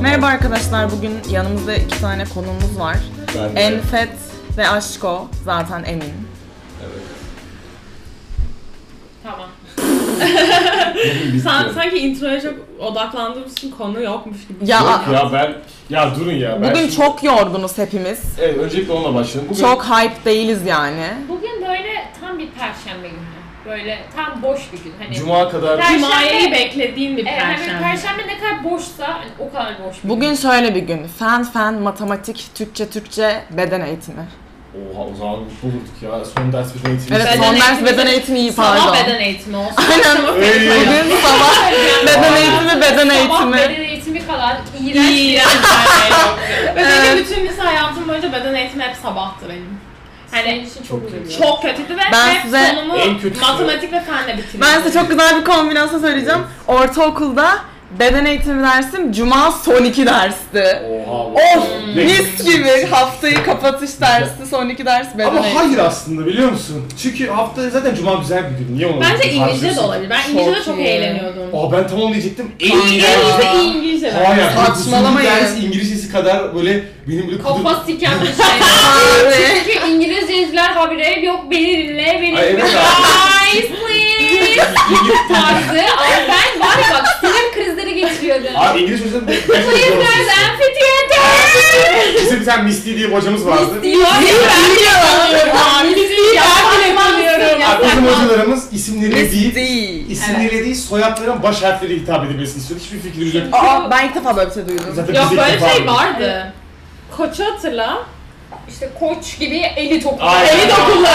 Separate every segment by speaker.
Speaker 1: Merhaba arkadaşlar, bugün yanımızda iki tane konuğumuz var.
Speaker 2: Ben de.
Speaker 1: Enfet ve Aşko, zaten emin.
Speaker 3: Tamam.
Speaker 2: Biz
Speaker 3: Sen,
Speaker 2: de-
Speaker 3: sanki introya çok odaklandığımız için konu yokmuş gibi.
Speaker 1: Ya,
Speaker 2: Yok ya ben ya durun ya ben
Speaker 1: bugün
Speaker 2: şimdi-
Speaker 1: çok yorgunuz hepimiz.
Speaker 2: Evet, öncelikle onunla başlayalım. Bugün
Speaker 1: Çok hype değiliz yani.
Speaker 4: Bugün böyle tam bir perşembe günü. Böyle tam boş bir gün. Hani
Speaker 2: cuma kadar
Speaker 4: Perşembe-
Speaker 3: Cuma'yı beklediğin bir
Speaker 4: Evet, hani
Speaker 3: Ee, perşembe.
Speaker 4: böyle perşembe ne kadar boşsa hani o kadar boş. bir
Speaker 1: Bugün şöyle bir gün. Fen fen, matematik, Türkçe Türkçe, beden eğitimi.
Speaker 2: Oha o zaman bulurduk ya. Son ders bir eğitimi.
Speaker 1: Evet
Speaker 3: Beden
Speaker 1: son ders
Speaker 3: eğitimi-
Speaker 1: beden eğitimi iyi
Speaker 3: Sabah
Speaker 1: pardon.
Speaker 3: beden eğitimi olsun.
Speaker 1: Aynen. Bugün sabah beden eğitimi, beden
Speaker 4: gün.
Speaker 1: eğitimi.
Speaker 4: Sabah beden eğitimi kadar iğrenç.
Speaker 3: İğrenç
Speaker 4: bir-
Speaker 3: bir şey yok. Ve benim
Speaker 1: Evet.
Speaker 3: bütün lise hayatım boyunca beden eğitimi hep sabahtı benim.
Speaker 4: Hani için çok
Speaker 2: Çok
Speaker 4: üzülüyorum.
Speaker 3: Çok kötüydü ve
Speaker 1: Ben
Speaker 3: hep
Speaker 1: size-
Speaker 2: En
Speaker 3: sonumu
Speaker 2: kötüsü-
Speaker 3: matematik ve fenle bitirdim.
Speaker 1: Ben size çok güzel bir kombinasyon söyleyeceğim. Ortaokulda beden eğitimi dersim Cuma son iki dersti.
Speaker 2: Oha.
Speaker 1: Of
Speaker 2: Ne-
Speaker 1: mis gibi haftayı kapatış dersi son iki ders beden
Speaker 2: Ama
Speaker 1: eğitimi.
Speaker 2: hayır aslında biliyor musun? Çünkü hafta zaten cuma güzel bir gün. Niye onu
Speaker 3: Bence İngilizce de
Speaker 2: tartışıyorsun?
Speaker 3: olabilir. Ben İngilizce de
Speaker 1: Çok
Speaker 3: çok
Speaker 1: iyi.
Speaker 3: eğleniyordum.
Speaker 2: Aa ben tam onu diyecektim. En
Speaker 3: En
Speaker 2: iyi
Speaker 3: iyisi
Speaker 2: ders.
Speaker 3: İngilizce
Speaker 2: Hayır.
Speaker 3: bence.
Speaker 1: Saçmalamayın.
Speaker 2: bu ders İngilizcesi kadar böyle benim böyle
Speaker 4: Kafa
Speaker 2: kudur...
Speaker 4: siken bir şey.
Speaker 1: Abi.
Speaker 4: Çünkü İngilizceciler habire yok benimle benimle.
Speaker 2: Ay, evet abi.
Speaker 4: Guys please. Tarzı. Ay ben var ya bak sinir krizleri geçiriyordum.
Speaker 2: Abi İngilizce hocam ben
Speaker 4: Please guys I'm fit here.
Speaker 2: Bizim bir tane Miss Lee diye bir hocamız vardı. Abi bizim hocalarımız isimleri değil,
Speaker 1: Değil.
Speaker 2: İsimleriyle değil soyadların baş harfleriyle hitap edilmesini istiyor. Hiçbir fikrimiz yok.
Speaker 1: Aa ben ilk defa böyle bir şey duydum.
Speaker 2: Zaten
Speaker 3: Yok
Speaker 2: bizdeki
Speaker 3: böyle bir
Speaker 2: var
Speaker 3: şey
Speaker 2: mı?
Speaker 3: vardı. Koçu hatırla.
Speaker 4: İşte koç gibi eli topu.
Speaker 2: Aynen.
Speaker 3: Elit okulda.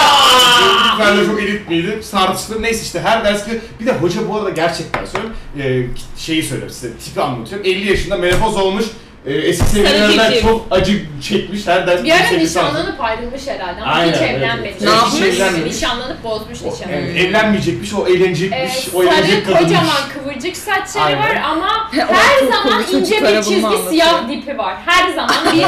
Speaker 2: Ben de çok elit miydi? Tartışılır. Neyse işte her ders bir... Bir de hoca bu arada gerçekten söylüyorum. E, şeyi söylüyorum size. Tipi anlatıyorum. 50 yaşında menopoz olmuş. E, eski sevgililerinden
Speaker 3: civciv.
Speaker 2: çok acı çekmiş. Her ders
Speaker 4: Bir şey ara
Speaker 2: sevgilisi anlatıyor.
Speaker 4: nişanlanıp ayrılmış herhalde ama
Speaker 2: Aynen,
Speaker 4: hiç
Speaker 2: evet,
Speaker 4: evlenmedi.
Speaker 2: evet.
Speaker 1: Ne yapmış?
Speaker 4: Nişanlanıp, nişanlanıp bozmuş
Speaker 2: O,
Speaker 4: nişanı.
Speaker 2: yani evlenmeyecekmiş, o
Speaker 4: Ee,
Speaker 2: eğlenecekmiş, o
Speaker 4: sarı
Speaker 2: eğlenecek kadınmış.
Speaker 4: kocaman kıvırcık saçları
Speaker 2: Aynen.
Speaker 4: var ama
Speaker 1: O
Speaker 4: her
Speaker 1: çok
Speaker 4: zaman
Speaker 1: komik,
Speaker 4: ince
Speaker 1: çocuklara
Speaker 4: bir
Speaker 1: bunu
Speaker 4: çizgi
Speaker 1: anlatıyor.
Speaker 4: siyah dipi var. Her zaman bir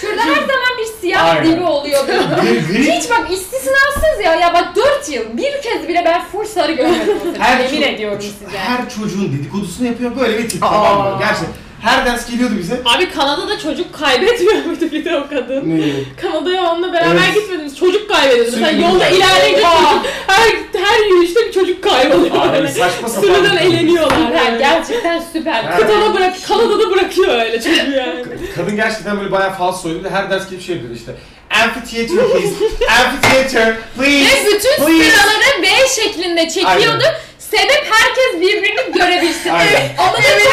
Speaker 4: şurada her zaman bir siyah
Speaker 2: Aynen.
Speaker 4: dibi oluyordu.
Speaker 2: Ve- ve-
Speaker 4: Hiç bak istisnasız ya. Ya bak 4 yıl bir kez bile ben full sarı görmedim. o sırada. Yemin
Speaker 2: ço-
Speaker 4: ediyorum
Speaker 2: ço-
Speaker 4: size.
Speaker 2: Her çocuğun dedikodusunu yapıyor böyle bir tip
Speaker 1: Aa.
Speaker 2: tamam mı? Gerçekten. Her ders geliyordu bize.
Speaker 3: Abi Kanada'da çocuk kaybetmiyor muydu bir de o kadın?
Speaker 2: Neyi?
Speaker 3: Kanada'ya onunla beraber
Speaker 2: Evet.
Speaker 3: gitmediniz. Çocuk kaybediyordu. Mesela
Speaker 2: Sürekli
Speaker 3: yolda
Speaker 2: gidiyor.
Speaker 3: ilerleyince çocuk, her, her yürüyüşte bir çocuk kayboluyor.
Speaker 2: Abi
Speaker 3: böyle.
Speaker 2: hani saçma sapan.
Speaker 3: Sürüden eleniyorlar.
Speaker 4: Yani
Speaker 3: Yani.
Speaker 4: gerçekten süper.
Speaker 2: Evet.
Speaker 3: Kıtada bırak, Kanada'da bırakıyor öyle çocuğu yani.
Speaker 2: Kadın gerçekten böyle bayağı falsoydu ve her ders gibi şey yapıyordu işte. Amphitheater please, amphitheater
Speaker 4: Ve
Speaker 2: please.
Speaker 4: bütün
Speaker 2: Please.
Speaker 4: sıraları V şeklinde çekiyordu. Sebep herkes birbirini görebilsin.
Speaker 2: Aynen.
Speaker 4: Ama evet. Ve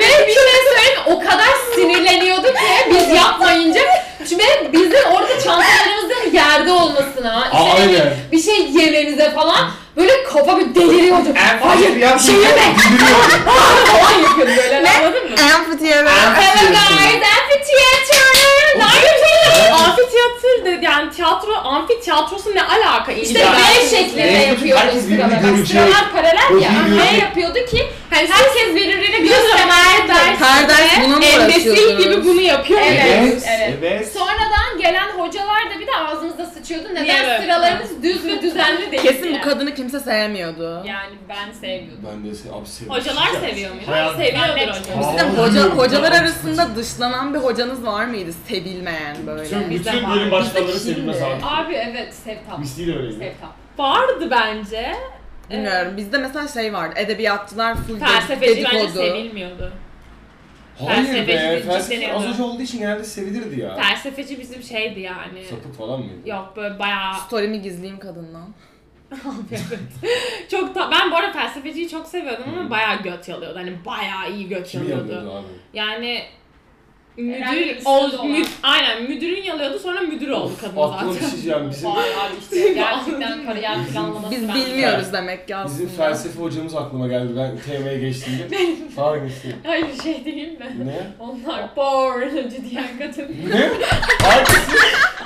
Speaker 4: bir şey söyleyeyim mi? o kadar sinirleniyordu ki biz yapmayınca. Ve bizim orada çantalarımızın yerde olmasına, işte
Speaker 2: Aa,
Speaker 4: ne bileyim,
Speaker 2: aynen.
Speaker 4: bir şey yememize falan böyle kafa bir deliriyordu.
Speaker 2: Amphitheater yaptı.
Speaker 4: şey yeme.
Speaker 2: Gülüyordu.
Speaker 4: falan yapıyordu böyle anladın mı?
Speaker 1: Amphitheater.
Speaker 4: Hello
Speaker 2: Amphitheater.
Speaker 4: guys, amphitheater. Ne
Speaker 3: Amfiteyatr dedi yani tiyatro, amfi tiyatrosu ne alaka?
Speaker 4: İşte
Speaker 3: İlla-
Speaker 4: V şeklinde
Speaker 2: Herkes
Speaker 4: yapıyordu
Speaker 2: birbirini
Speaker 4: sıralara.
Speaker 2: görecek.
Speaker 4: Sıralar paralel ya.
Speaker 2: Birbirini
Speaker 4: Ne
Speaker 2: görecek.
Speaker 4: yapıyordu ki? Hani herkes birbirini göstermeye ders.
Speaker 1: Her ders bununla mı
Speaker 3: Embesil
Speaker 1: uğraşıyordunuz?
Speaker 3: gibi bunu yapıyor.
Speaker 4: Evet.
Speaker 2: Evet,
Speaker 4: evet.
Speaker 2: evet.
Speaker 4: Sonradan gelen hocalar da bir de ağzımıza sıçıyordu. Neden
Speaker 3: Niye böyle?
Speaker 4: sıralarımız düz ve düzenli değil?
Speaker 1: Kesin bu
Speaker 4: yani.
Speaker 1: kadını kimse sevmiyordu.
Speaker 4: Yani ben sevmiyordum.
Speaker 2: Ben de se- abi seviyorum.
Speaker 3: Hocalar seviyor muydu?
Speaker 2: Hayat-
Speaker 3: Seviyordur
Speaker 2: Aa,
Speaker 3: hocalar.
Speaker 1: Sizin
Speaker 2: Aa,
Speaker 1: hoca,
Speaker 2: bilmiyorum.
Speaker 1: hocalar arasında dışlanan bir hocanız var mıydı? Sevilmeyen böyle.
Speaker 2: Bütün,
Speaker 4: Bizde
Speaker 2: bütün
Speaker 4: var.
Speaker 2: bölüm başkaları
Speaker 1: Bizde
Speaker 2: sevilmez
Speaker 1: kimdi?
Speaker 2: abi.
Speaker 4: Abi evet Sevtap.
Speaker 2: Misli de öyleydi.
Speaker 4: Sevtap.
Speaker 3: Vardı bence. Ee,
Speaker 1: Bilmiyorum. Bizde mesela şey vardı. Edebiyatçılar full
Speaker 3: Felsefeci bence
Speaker 1: dedikodu.
Speaker 3: sevilmiyordu.
Speaker 2: Hayır be,
Speaker 3: Felsefeci
Speaker 2: felsefe
Speaker 3: cidden
Speaker 2: az
Speaker 3: öyle.
Speaker 2: hoca olduğu için genelde sevilirdi ya.
Speaker 3: Felsefeci bizim şeydi yani.
Speaker 2: Sapık falan mıydı?
Speaker 3: Yok böyle bayağı
Speaker 1: Story'mi gizleyeyim kadından.
Speaker 3: çok da ben bu arada felsefeciyi çok seviyordum
Speaker 2: Hı.
Speaker 3: ama bayağı göt yalıyordu. Hani bayağı iyi göt
Speaker 2: Hmm. Kimi
Speaker 3: yalıyordu.
Speaker 2: yapıyordu abi?
Speaker 3: Yani
Speaker 4: Herhangi bir
Speaker 3: müdür
Speaker 4: üstü
Speaker 3: ol,
Speaker 4: olan.
Speaker 3: mü, aynen müdürün yalıyordu sonra müdür oldu kadın
Speaker 2: Aklıma bir
Speaker 3: zaten.
Speaker 2: şey yani bizim
Speaker 4: Vay abi işte gerçekten kariyer planlaması.
Speaker 1: Biz
Speaker 4: ben-
Speaker 1: bilmiyoruz demek ki aslında.
Speaker 2: bizim felsefe hocamız aklıma geldi. Ben TM'ye geçtiğimde. Fark ettim.
Speaker 4: Hayır şey değil mi?
Speaker 2: Ne?
Speaker 4: Onlar porncu diyen kadın.
Speaker 2: Ne? Abi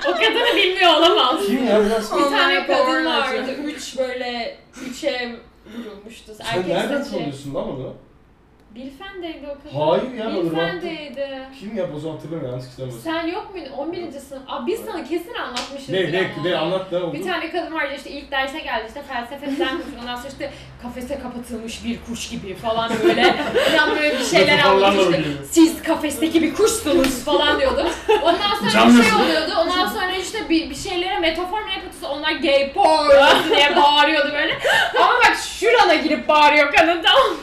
Speaker 3: o kadını bilmiyor olamaz.
Speaker 2: kim ya? Biraz
Speaker 4: Bir
Speaker 1: Onlar
Speaker 4: tane kadın
Speaker 1: pornocu.
Speaker 4: vardı. Üç böyle üçe vurulmuştu.
Speaker 2: Sen
Speaker 4: Erkek
Speaker 2: nereden
Speaker 4: saçı.
Speaker 2: tanıyorsun lan onu?
Speaker 4: Bilfen'deydi o kadın.
Speaker 2: Hayır ya Valorant'ta.
Speaker 4: Bilfen'deydi.
Speaker 2: Kim ya bozu hatırlamıyorum yanlış hatırlamıyorum.
Speaker 4: Sen yok muydun? 11. sınıf. Aa, biz sana kesin anlatmışız.
Speaker 2: Ne ne ne anlat da oldu.
Speaker 4: Bir tane kadın vardı işte ilk derse geldi işte felsefeden kurdu. Ondan sonra işte kafese kapatılmış bir kuş gibi falan böyle. Falan böyle bir şeyler
Speaker 2: Metaforlarla
Speaker 4: anlatmıştı.
Speaker 2: oynuyor.
Speaker 4: Siz kafesteki bir kuşsunuz falan diyordu. Ondan sonra
Speaker 2: Can
Speaker 4: bir şey
Speaker 2: diyorsun.
Speaker 4: oluyordu. Ondan sonra işte bir, bir şeylere metafor mu yapıyorsa onlar gay porn diye bağırıyordu böyle. Ama bak şurana girip bağırıyor kadın tamam mı?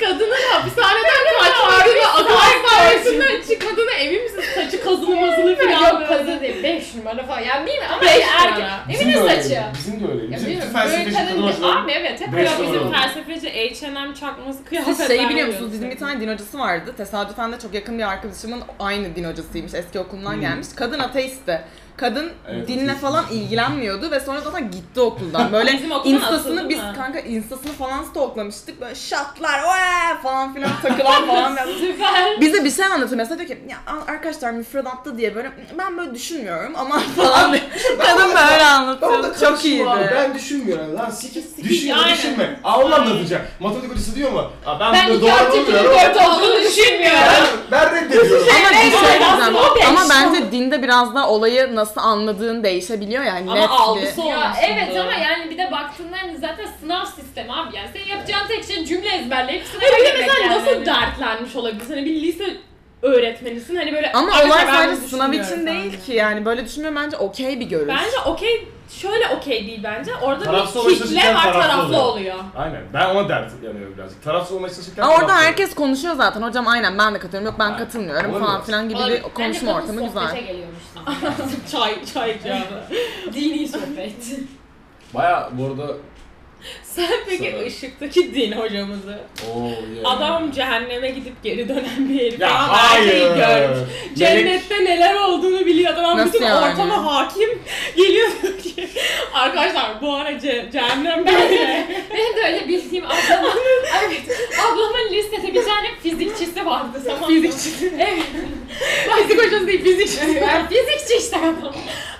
Speaker 3: Kadının hapishaneden kaçmadığını, adalet dairesinden çıkmadığına emin misin? Saçı kazılı mazılı falan
Speaker 4: Yok
Speaker 3: böyle.
Speaker 4: kazı değil 5 numara falan. Yani bilmiyorum ama
Speaker 3: Beş
Speaker 4: erkek.
Speaker 3: numara.
Speaker 2: Bizim de
Speaker 4: Emine
Speaker 2: öyle,
Speaker 4: saçı.
Speaker 2: Bizim de öyle.
Speaker 4: Ya
Speaker 2: Bizim bütün
Speaker 4: biliyorum, böyle
Speaker 2: felsefeci kadın
Speaker 4: kadın
Speaker 2: hocalarım.
Speaker 4: Abi evet hep
Speaker 2: Beş
Speaker 4: böyle
Speaker 3: Ya bizim
Speaker 2: numara.
Speaker 3: felsefeci H&M çakması
Speaker 1: Siz
Speaker 3: kıyafetler.
Speaker 1: şeyi biliyor musunuz?
Speaker 3: görüyorsunuz.
Speaker 1: Bizim bir tane din hocası vardı. Tesadüfen de çok yakın bir arkadaşımın aynı din hocasıymış. Eski okulundan
Speaker 2: Hmm.
Speaker 1: gelmiş. Kadın ateistti. Kadın
Speaker 2: Evet,
Speaker 1: dinle
Speaker 2: ateist.
Speaker 1: falan ilgilenmiyordu ve sonra zaten gitti okuldan. Böyle
Speaker 3: Bizim okuldan
Speaker 1: instasını
Speaker 3: atıldı
Speaker 1: biz
Speaker 3: mı?
Speaker 1: kanka instasını falan stalklamıştık. Böyle şatlar oe falan filan takılan falan.
Speaker 4: Süper.
Speaker 1: Bize bir şey anlatıyor. Mesela diyor ki ya arkadaşlar müfredatta diye böyle ben böyle düşünmüyorum ama falan diye. Kadın böyle
Speaker 2: Tamam
Speaker 1: anlatıyor.
Speaker 2: da
Speaker 1: Çok iyiydi.
Speaker 2: Abi. Ben düşünmüyorum lan sikis. Düşünme
Speaker 3: aynen.
Speaker 2: düşünme. Allah anlatacak. Matematik hocası diyor mu? Aa, ben,
Speaker 4: Ben
Speaker 2: ben
Speaker 4: iki
Speaker 2: doğru
Speaker 4: artı
Speaker 2: bulmuyorum.
Speaker 4: dört olduğunu düşünmüyorum.
Speaker 2: Ben, ben reddediyorum.
Speaker 1: Ama bir şey
Speaker 4: Neyse,
Speaker 1: diyeceğim.
Speaker 4: o beş.
Speaker 1: Ama bence dinde biraz da olayı nasıl anladığın değişebiliyor yani.
Speaker 3: Ama algısı
Speaker 4: Ya
Speaker 3: olmuş.
Speaker 4: evet ama yani bir de baktığında hani zaten sınav sistemi abi yani senin yapacağın tek şey cümle ezberleyip sınava
Speaker 3: Bir de
Speaker 4: girmek
Speaker 3: mesela
Speaker 4: yani.
Speaker 3: nasıl dertlenmiş olabilirsin? Hani bir lise öğretmenisin. Hani böyle
Speaker 1: Ama
Speaker 3: "Arkadaşlar
Speaker 1: olay
Speaker 3: ben
Speaker 1: sadece
Speaker 3: bunu
Speaker 1: sınav için
Speaker 3: düşünmüyorum"
Speaker 1: değil
Speaker 3: falan.
Speaker 1: ki yani böyle düşünmüyorum bence okey bir görüş.
Speaker 3: Bence okey şöyle okey değil bence. Orada
Speaker 2: Tarafsız
Speaker 3: bir
Speaker 2: olmaya
Speaker 3: kitle
Speaker 2: çalışırken
Speaker 3: var
Speaker 2: taraflı
Speaker 3: taraflı
Speaker 2: oluyor.
Speaker 3: oluyor.
Speaker 2: Aynen ben ona dert yanıyorum birazcık. Tarafsız olmaya çalışırken
Speaker 1: Ama orada
Speaker 2: taraflı.
Speaker 1: herkes konuşuyor zaten hocam aynen ben de katılıyorum yok ben
Speaker 2: Aynen.
Speaker 1: katılmıyorum
Speaker 2: Olabilir.
Speaker 1: falan filan gibi bir
Speaker 4: Olabilir.
Speaker 1: konuşma
Speaker 4: Bence kadın
Speaker 1: ortamı güzel.
Speaker 4: sohbete geliyormuş.
Speaker 3: çay çay cevabı.
Speaker 4: Dini sohbet.
Speaker 2: Baya bu arada
Speaker 3: Sen peki
Speaker 2: Sana.
Speaker 3: ışıktaki din hocamızı.
Speaker 2: Oo, yeah.
Speaker 3: Adam cehenneme gidip geri dönen bir herif.
Speaker 2: ya
Speaker 3: ama her şeyi
Speaker 2: hayır.
Speaker 3: görmüş.
Speaker 2: Melek-
Speaker 3: Cennette neler olduğunu biliyor adam
Speaker 1: Nasıl
Speaker 3: bütün
Speaker 1: yani?
Speaker 3: ortama hakim geliyor diyor ki arkadaşlar bu ara ce- cehennem böyle.
Speaker 4: Benim de öyle bildiğim ablamın, evet, ablamın lisede bir tane fizikçisi vardı tamam mı?
Speaker 3: Fizikçi.
Speaker 4: Evet.
Speaker 3: Fizik hocası değil fizikçi.
Speaker 4: Yani fizikçi işte adam.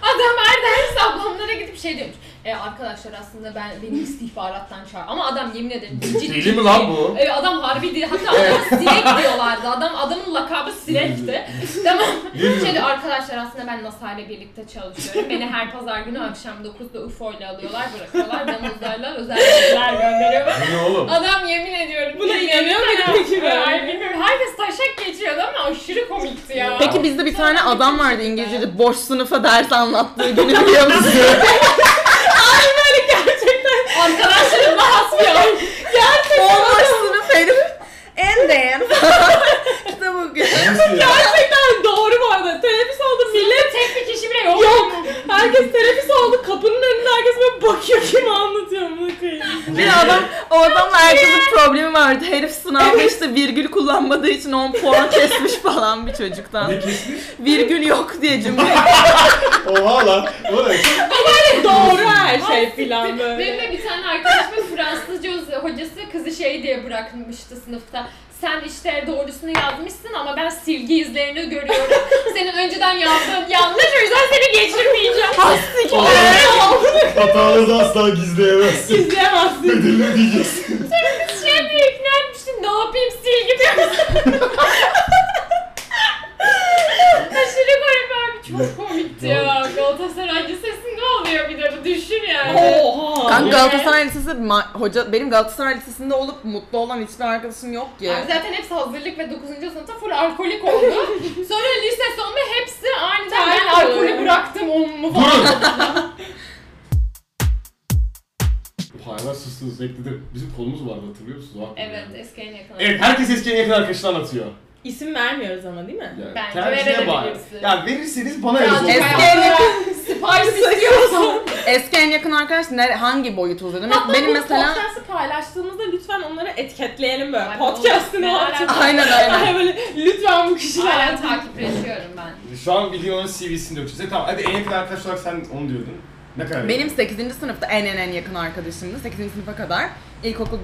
Speaker 4: Adam her ders ablamlara gidip şey diyormuş. E, arkadaşlar aslında ben beni istihbarattan çağır. Ama adam yemin ederim ciddi.
Speaker 2: Deli mi lan bu?
Speaker 4: E, adam harbi değil. Hatta adama sinek diyorlardı. Adam adamın lakabı sinekti. tamam.
Speaker 2: Değil
Speaker 4: Şey
Speaker 2: mi?
Speaker 4: diyor, arkadaşlar aslında ben NASA ile birlikte çalışıyorum. Beni her pazar günü akşam 9'da UFO ile alıyorlar, bırakıyorlar. Ben uzaylılar özel bilgiler gönderiyorum.
Speaker 2: Bu ne oğlum?
Speaker 4: Adam yemin ediyorum.
Speaker 3: Buna inanıyor
Speaker 4: muydun
Speaker 3: muydun peki böyle?
Speaker 4: bilmiyorum. Herkes taşak geçiyordu ama aşırı komikti ya.
Speaker 1: Peki bizde bir tane
Speaker 4: Sonra
Speaker 1: adam
Speaker 4: bir
Speaker 1: vardı
Speaker 4: şey
Speaker 1: İngilizce'de boş sınıfa ders anlattığı günü biliyor musun?
Speaker 4: Arkadaşlarımla hasbihal.
Speaker 1: o boş sınıf herif. And then. işte bugün.
Speaker 2: Nasıl ya?
Speaker 3: Gerçekten doğru bu arada. Teneffüs oldu millet.
Speaker 4: Tek bir kişi bile yok.
Speaker 3: Yok. Herkes teneffüs oldu. Kapının önünde herkes böyle bakıyor kim anlatıyor bunu koyayım.
Speaker 1: Bir adam, o adamla herkesin problemi vardı. Herif sınavda işte virgül kullanmadığı için 10 puan kesmiş falan bir çocuktan.
Speaker 2: Ne kesmiş?
Speaker 1: Virgül yok diye cümle.
Speaker 2: Oha lan. O ne?
Speaker 3: doğru her
Speaker 4: Ay,
Speaker 3: şey filan
Speaker 4: Benim
Speaker 3: böyle.
Speaker 4: de bir tane arkadaşımın Fransızca öz- hocası kızı şey diye bırakmıştı sınıfta. Sen işte doğrusunu yazmışsın ama ben silgi izlerini görüyorum. Senin önceden yazdığın yanlış o yüzden seni geçirmeyeceğim.
Speaker 2: Hatalarını asla gizleyemezsin.
Speaker 3: İzleyemezsin.
Speaker 2: Bedelini ödeyeceksin.
Speaker 4: Şey diye ikna etmişti. Ne yapayım silgi diyor Aşırı garip abi. Çok komikti ya. Galatasaray Lisesi'nde oluyor bir de bu. Düşün yani.
Speaker 3: Oha.
Speaker 1: Kanka
Speaker 4: Evet.
Speaker 1: Galatasaray Lisesi ma- hoca benim Galatasaray Lisesi'nde olup mutlu olan hiçbir arkadaşım yok ki.
Speaker 4: Abi zaten hepsi hazırlık ve 9. sınıfta full alkolik oldu. Sonra lise sonunda hepsi aniden ben
Speaker 3: Terk
Speaker 4: alkolü
Speaker 3: oldu.
Speaker 4: bıraktım omumu falan.
Speaker 2: Durun. Hala sustunuz bekledim. Bizim kolumuz vardı hatırlıyor musunuz? O aklıma
Speaker 4: Evet
Speaker 2: geldi.
Speaker 4: eski en yakın.
Speaker 2: Evet herkes eski en yakın arkadaşını anlatıyor.
Speaker 3: İsim vermiyoruz ama değil mi?
Speaker 2: Yani
Speaker 4: Bence
Speaker 2: tercihe bağlı.
Speaker 4: verebilirsin.
Speaker 2: Ya verirseniz bana
Speaker 4: Ya
Speaker 2: yazın.
Speaker 1: Eski
Speaker 4: Bayağı-
Speaker 1: en yakın,
Speaker 4: Sipariş istiyorsan.
Speaker 1: eski en yakın arkadaş nere, hangi boyutu uzadı? Mes-
Speaker 3: Hatta
Speaker 1: benim
Speaker 3: bu
Speaker 1: mesela
Speaker 3: podcast'ı paylaştığımızda lütfen onları etiketleyelim böyle.
Speaker 4: Ay,
Speaker 3: Podcast'ı ne
Speaker 4: olur.
Speaker 3: yapacak?
Speaker 1: aynen aynen.
Speaker 3: Ay böyle lütfen bu kişiler.
Speaker 4: Hala takipleşiyorum ben.
Speaker 2: Şu an biliyorum onun CV'sini de okuyacağız. E, Tamam hadi en yakın arkadaş olarak sen onu diyordun. Ne kadar
Speaker 1: Benim
Speaker 2: yakın?
Speaker 1: 8. sınıfta en en en yakın arkadaşımdı. 8. sınıfa kadar. İlkokul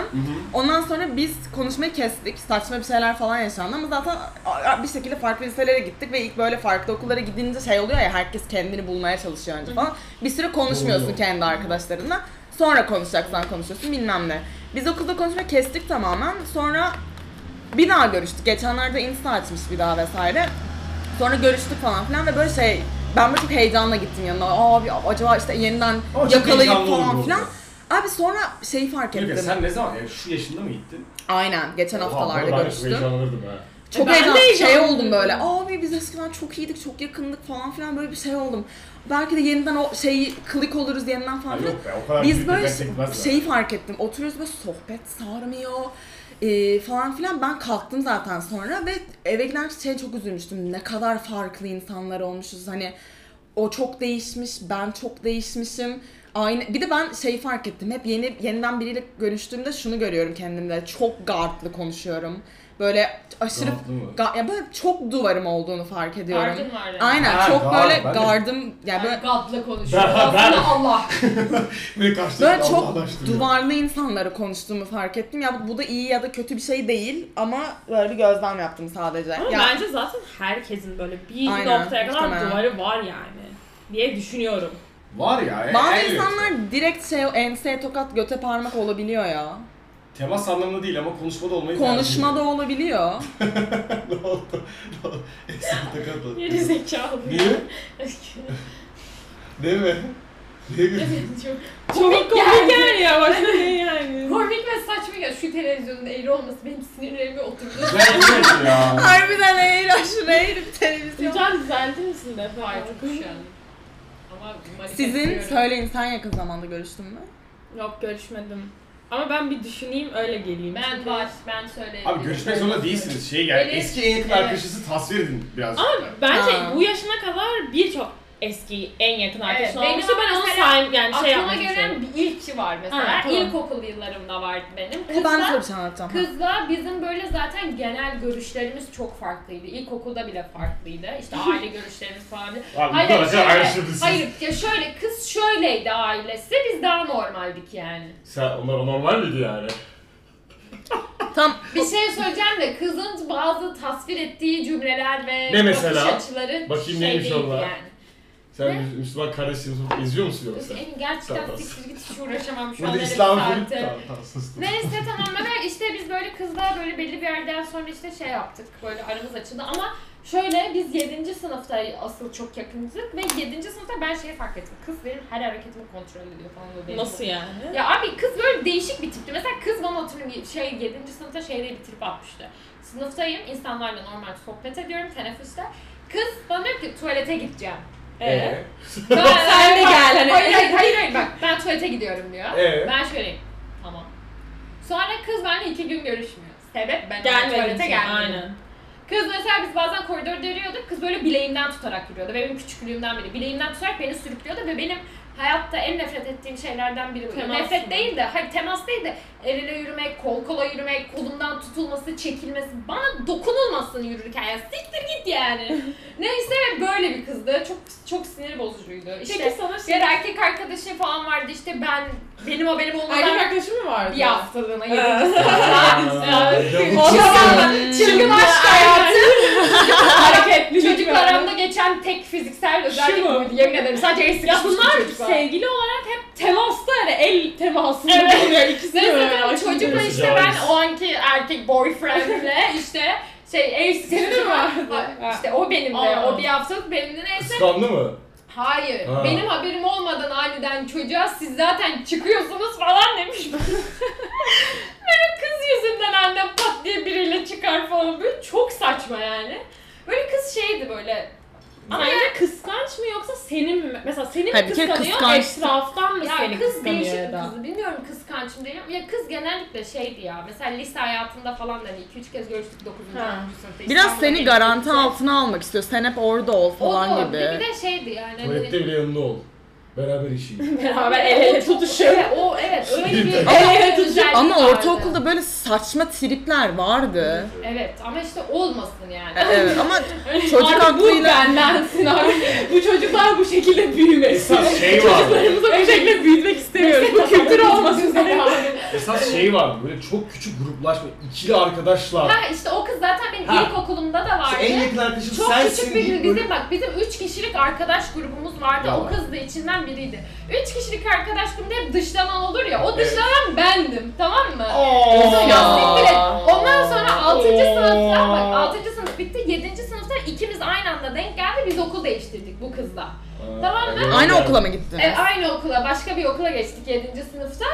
Speaker 2: Hı hı.
Speaker 1: Ondan sonra biz konuşmayı kestik. Saçma bir şeyler falan yaşandı ama zaten a- a- bir şekilde farklı liselere gittik ve ilk böyle farklı okullara gidince şey oluyor ya herkes kendini bulmaya çalışıyor önce falan. Bir süre konuşmuyorsun
Speaker 2: Doğru.
Speaker 1: kendi arkadaşlarınla. Sonra konuşacaksan konuşuyorsun bilmem ne. Biz okulda konuşmayı kestik tamamen. Sonra Bir daha görüştük. Geçenlerde insta açmış bir daha vesaire. Sonra görüştük falan filan ve böyle şey ben böyle çok heyecanla gittim yanına. Abi acaba işte yeniden
Speaker 2: Ama çok
Speaker 1: yakalayıp
Speaker 2: heyecanlı
Speaker 1: falan
Speaker 2: oldu.
Speaker 1: filan. Abi sonra şeyi fark ettim.
Speaker 2: Gülüyor, sen ne zaman? Yani şu yaşında mı gittin?
Speaker 1: Aynen geçen
Speaker 2: Oha,
Speaker 1: haftalarda
Speaker 2: ben
Speaker 1: görüştüm.
Speaker 2: Heyecanlanırdım ha.
Speaker 1: Çok
Speaker 3: Ben de
Speaker 1: heyecan, şey
Speaker 3: heyecanlıydım.
Speaker 1: oldum böyle. Abi biz eskiden çok iyiydik, çok yakındık falan filan böyle bir şey oldum. Belki de yeniden o şeyi klik oluruz yeniden
Speaker 2: Ha,
Speaker 1: falan filan.
Speaker 2: yok be o kadar
Speaker 1: Biz
Speaker 2: büyük
Speaker 1: böyle şey,
Speaker 2: bir gerçek
Speaker 1: şeyi fark ettim. Oturuyoruz böyle sohbet sarmıyor e, falan filan. Ben kalktım zaten sonra ve eve giden şey çok üzülmüştüm. Ne kadar farklı insanlar olmuşuz. Hani o çok değişmiş, ben çok değişmişim. Aynı bir de ben şey fark ettim. Hep yeni yeniden biriyle görüştüğümde şunu görüyorum kendimde. Çok gardlı konuşuyorum. Böyle aşırı
Speaker 2: Gardlı mı?
Speaker 1: ga- ya böyle çok duvarım olduğunu fark ediyorum.
Speaker 4: Gardın var yani.
Speaker 1: Aynen
Speaker 2: Ha,
Speaker 1: çok
Speaker 2: gard,
Speaker 1: böyle
Speaker 2: ben de-
Speaker 1: gardım yani böyle
Speaker 4: Yani gadla konuşuyor.
Speaker 2: Ben- ben-
Speaker 4: Aslında Allah.
Speaker 2: Böyle karşıda
Speaker 1: Böyle
Speaker 2: Allah'ın
Speaker 1: çok
Speaker 2: aşkına.
Speaker 1: duvarlı insanları konuştuğumu fark ettim. Ya bu da iyi ya da kötü bir şey değil ama böyle bir gözlem yaptım sadece.
Speaker 3: Ama
Speaker 1: ya,
Speaker 3: bence zaten herkesin böyle bir
Speaker 1: Aynen,
Speaker 3: noktaya kadar
Speaker 1: muhtemelen.
Speaker 3: duvarı var yani diye düşünüyorum.
Speaker 2: Var ya. e-
Speaker 1: bazı
Speaker 2: elbette.
Speaker 1: insanlar direkt şey enseye tokat göte parmak olabiliyor ya.
Speaker 2: Temas anlamında değil ama konuşmada olmayı
Speaker 1: Konuşma da olabiliyor.
Speaker 2: ne oldu? Ne oldu? Esin takıldı.
Speaker 4: Geri zekalı.
Speaker 2: Niye? Değil mi? Niye güldün?
Speaker 4: Çok
Speaker 3: Komik
Speaker 4: komik
Speaker 3: komik
Speaker 4: geldi.
Speaker 3: yani ya başka ne yani.
Speaker 4: Komik ve saçma ya. Şu televizyonun eğri olması benim sinirlerime oturdu.
Speaker 2: Ben güldüm şey ya.
Speaker 1: Harbiden eğil aşırı eğilip televizyon.
Speaker 3: Hocam düzeldi misin de
Speaker 4: Artık şu an. Ama manifest
Speaker 1: Sizin
Speaker 4: ediyorum.
Speaker 1: söyleyin sen yakın zamanda görüştün mü?
Speaker 3: Yok görüşmedim. Ama ben bir düşüneyim öyle geleyim.
Speaker 4: Ben
Speaker 3: Çünkü-
Speaker 4: var, ben söyleyeyim.
Speaker 2: Abi görüşmek zorunda değilsiniz. Şey yani
Speaker 4: Evet,
Speaker 2: eski en yakın
Speaker 4: evet.
Speaker 2: arkadaşınızı tasvir edin biraz.
Speaker 3: Ama bence
Speaker 1: Ha.
Speaker 3: bu yaşına kadar birçok eski en yakın arkadaşın
Speaker 4: benim
Speaker 3: olmuştu. Ben onu
Speaker 4: mesela
Speaker 3: sayayım yani şey
Speaker 4: Aklıma
Speaker 3: yapmak
Speaker 4: gelen
Speaker 3: istiyorum.
Speaker 4: bir ilki var mesela.
Speaker 3: Ha, tamam.
Speaker 4: İlkokul yıllarımda vardı benim.
Speaker 1: E, ben de
Speaker 4: Kızla-
Speaker 1: sana bir şey anlatacağım.
Speaker 4: Kızla bizim böyle zaten genel görüşlerimiz çok farklıydı. İlkokulda bile farklıydı. İşte aile görüşlerimiz falan.
Speaker 2: Abi bu
Speaker 4: Hayır,
Speaker 2: kadar şey
Speaker 4: şöyle,
Speaker 2: ayrıştırdınız.
Speaker 4: hayır ya şöyle kız şöyleydi ailesi biz daha normaldik yani.
Speaker 2: Sen onlar normal miydi yani?
Speaker 1: Tam
Speaker 4: Bir şey söyleyeceğim de kızın bazı tasvir ettiği cümleler ve
Speaker 2: Ne mesela?
Speaker 4: bakış açıları
Speaker 2: Bakayım
Speaker 4: şey
Speaker 2: neymiş
Speaker 4: değildi
Speaker 2: onlar?
Speaker 4: yani.
Speaker 2: Sen
Speaker 4: Ne?
Speaker 2: Müslüman kardeşinizi izliyor musun yoksa?
Speaker 4: Emin gerçekten
Speaker 2: Tamam.
Speaker 4: siktir git hiç uğraşamam şu an.
Speaker 2: Burada
Speaker 4: öyle bir
Speaker 2: İslam'ın
Speaker 4: saatte.
Speaker 2: Tamam tamam sustum.
Speaker 4: Neyse tamam ama işte biz böyle kızlar böyle belli bir yerden sonra işte şey yaptık böyle aramız açıldı ama şöyle biz 7. sınıfta asıl çok yakındık ve 7. sınıfta ben şeyi fark ettim kız benim her hareketimi kontrol ediyor falan böyle.
Speaker 3: Nasıl yani?
Speaker 4: Ya abi kız böyle değişik bir tipti. Mesela kız bana hatırlıyorum şey 7. sınıfta şeyde bir trip atmıştı. Sınıftayım insanlarla normal sohbet ediyorum teneffüste. Kız bana diyor ki tuvalete gideceğim.
Speaker 3: Ee?
Speaker 4: Ben,
Speaker 3: Sen de gel hani.
Speaker 4: Hayır hayır hayır, hayır. bak ben tuvalete gidiyorum diyor.
Speaker 2: Ee?
Speaker 4: Ben şöyleyim. Tamam. Sonra kız benimle iki gün görüşmüyor. Sebep ben
Speaker 3: Gelmedin
Speaker 4: tuvalete
Speaker 3: için,
Speaker 4: gelmedim.
Speaker 3: şey, Aynen.
Speaker 4: Kız mesela biz bazen koridorda yürüyorduk. Kız böyle bileğimden tutarak yürüyordu. Benim küçüklüğümden beri. Bileğimden tutarak beni sürüklüyordu ve benim hayatta en nefret ettiğim şeylerden biri. bu.
Speaker 3: Temas
Speaker 4: nefret
Speaker 3: mı?
Speaker 4: değil de, hayır temas değil de el ele yürümek, kol kola yürümek, kolumdan tutulması, çekilmesi. Bana dokunulmasın yürürken ya siktir git yani. Neyse böyle bir kızdı. Çok çok sinir bozucuydu. İşte
Speaker 3: Peki sana şey...
Speaker 4: diğer erkek arkadaşı falan vardı işte ben benim haberim
Speaker 3: Erkek
Speaker 4: olmadan
Speaker 3: arkadaşın mı vardı?
Speaker 4: bir haftalığına
Speaker 3: Ee.
Speaker 4: yedim.
Speaker 3: O zaman
Speaker 4: Çılgın
Speaker 3: çılgın
Speaker 4: aşk hayatı.
Speaker 3: hareketlilik
Speaker 4: Çocuk
Speaker 3: var.
Speaker 4: aramda geçen tek fiziksel özellik
Speaker 3: mu?
Speaker 4: buydu yemin ederim. Sadece el
Speaker 3: Ya
Speaker 4: sıkışmış
Speaker 3: bunlar şey-
Speaker 4: çocuklar.
Speaker 3: sevgili olarak hep temasta yani el temasında
Speaker 4: Evet.
Speaker 3: bulunuyor. İkisini
Speaker 4: Neyse
Speaker 3: böyle
Speaker 4: tamam,
Speaker 3: aşırı
Speaker 4: çocukla
Speaker 2: Burası
Speaker 4: işte ben
Speaker 2: caiz.
Speaker 4: o anki erkek boyfriend'le işte şey el sıkışmış.
Speaker 3: Senin mi vardı?
Speaker 4: Ha, İşte o benimle.
Speaker 3: Aa.
Speaker 4: O bir haftalık benimle neyse.
Speaker 2: Islandı mı?
Speaker 4: Hayır.
Speaker 2: Ha.
Speaker 4: Benim haberim olmadan aniden çocuğa siz zaten çıkıyorsunuz falan demiş. Benim kız yüzünden annem pat diye biriyle çıkar falan böyle çok saçma yani. Böyle kız şeydi böyle.
Speaker 3: Ama yani kıskanç mı yoksa senin mi? Mesela senin mi
Speaker 1: Hayır, bir kere
Speaker 3: kıskanıyor,
Speaker 1: kıskanç.
Speaker 3: etraftan mı
Speaker 4: Ya
Speaker 3: seni
Speaker 4: kız
Speaker 3: kıskanıyor
Speaker 4: değişik
Speaker 3: ya
Speaker 4: bir
Speaker 3: da?
Speaker 4: kızdı. Bilmiyorum kıskanç mı değilim. Ya kız genellikle şeydi ya. Mesela lise hayatında falan da hani 2-3 kez görüştük 9.
Speaker 3: Ha.
Speaker 4: sınıfta.
Speaker 1: biraz
Speaker 4: İstanbul'a
Speaker 1: seni
Speaker 4: gelip
Speaker 1: garanti
Speaker 4: gittik.
Speaker 1: altına almak istiyor. Sen hep orada ol
Speaker 4: O da
Speaker 1: falan
Speaker 4: o. Bir
Speaker 1: gibi.
Speaker 4: de şeydi yani. hani-
Speaker 2: Tuvalette bile yanında ol. Beraber işin.
Speaker 3: Beraber el ele tutuşuyor.
Speaker 4: Evet, o evet öyle bir
Speaker 2: Ama-
Speaker 4: özellik
Speaker 1: Ama
Speaker 4: vardı.
Speaker 1: ortaokulda böyle saçma tripler vardı.
Speaker 4: Evet ama işte olmasın yani.
Speaker 1: E, Evet ama çocuk
Speaker 3: Hani Artık bu
Speaker 1: aklıyla
Speaker 3: bendensin abi. bu çocuklar bu şekilde büyümesin.
Speaker 2: Esas şey vardı.
Speaker 3: Çocuklarımızı bu şekilde büyütmek istemiyoruz. Bu kültür olmasın yani.
Speaker 2: Esas şey vardı. Böyle çok küçük gruplaşma. ikili arkadaşlar.
Speaker 4: Ha işte o kız zaten benim
Speaker 2: Ha.
Speaker 4: ilkokulumda da vardı.
Speaker 2: İşte en yakın arkadaşım
Speaker 4: Çok
Speaker 2: sensin
Speaker 4: küçük bir
Speaker 2: deyip
Speaker 4: bizim
Speaker 2: böyle...
Speaker 4: bak bizim üç kişilik arkadaş grubumuz vardı.
Speaker 2: Ya
Speaker 4: O
Speaker 2: var.
Speaker 4: kız da içinden biriydi. Üç kişilik arkadaş grubunda hep dışlanan olur ya. O
Speaker 2: Evet.
Speaker 4: dışlanan bendim tamam mı?
Speaker 2: Aa.
Speaker 4: Sonra siktir et. Ondan sonra 6. aynı anda denk geldi. Biz okul değiştirdik bu kızla. Tamam mı?
Speaker 1: Aynı okula mı gittin?
Speaker 4: E, aynı okula, başka bir okula geçtik 7. sınıfta.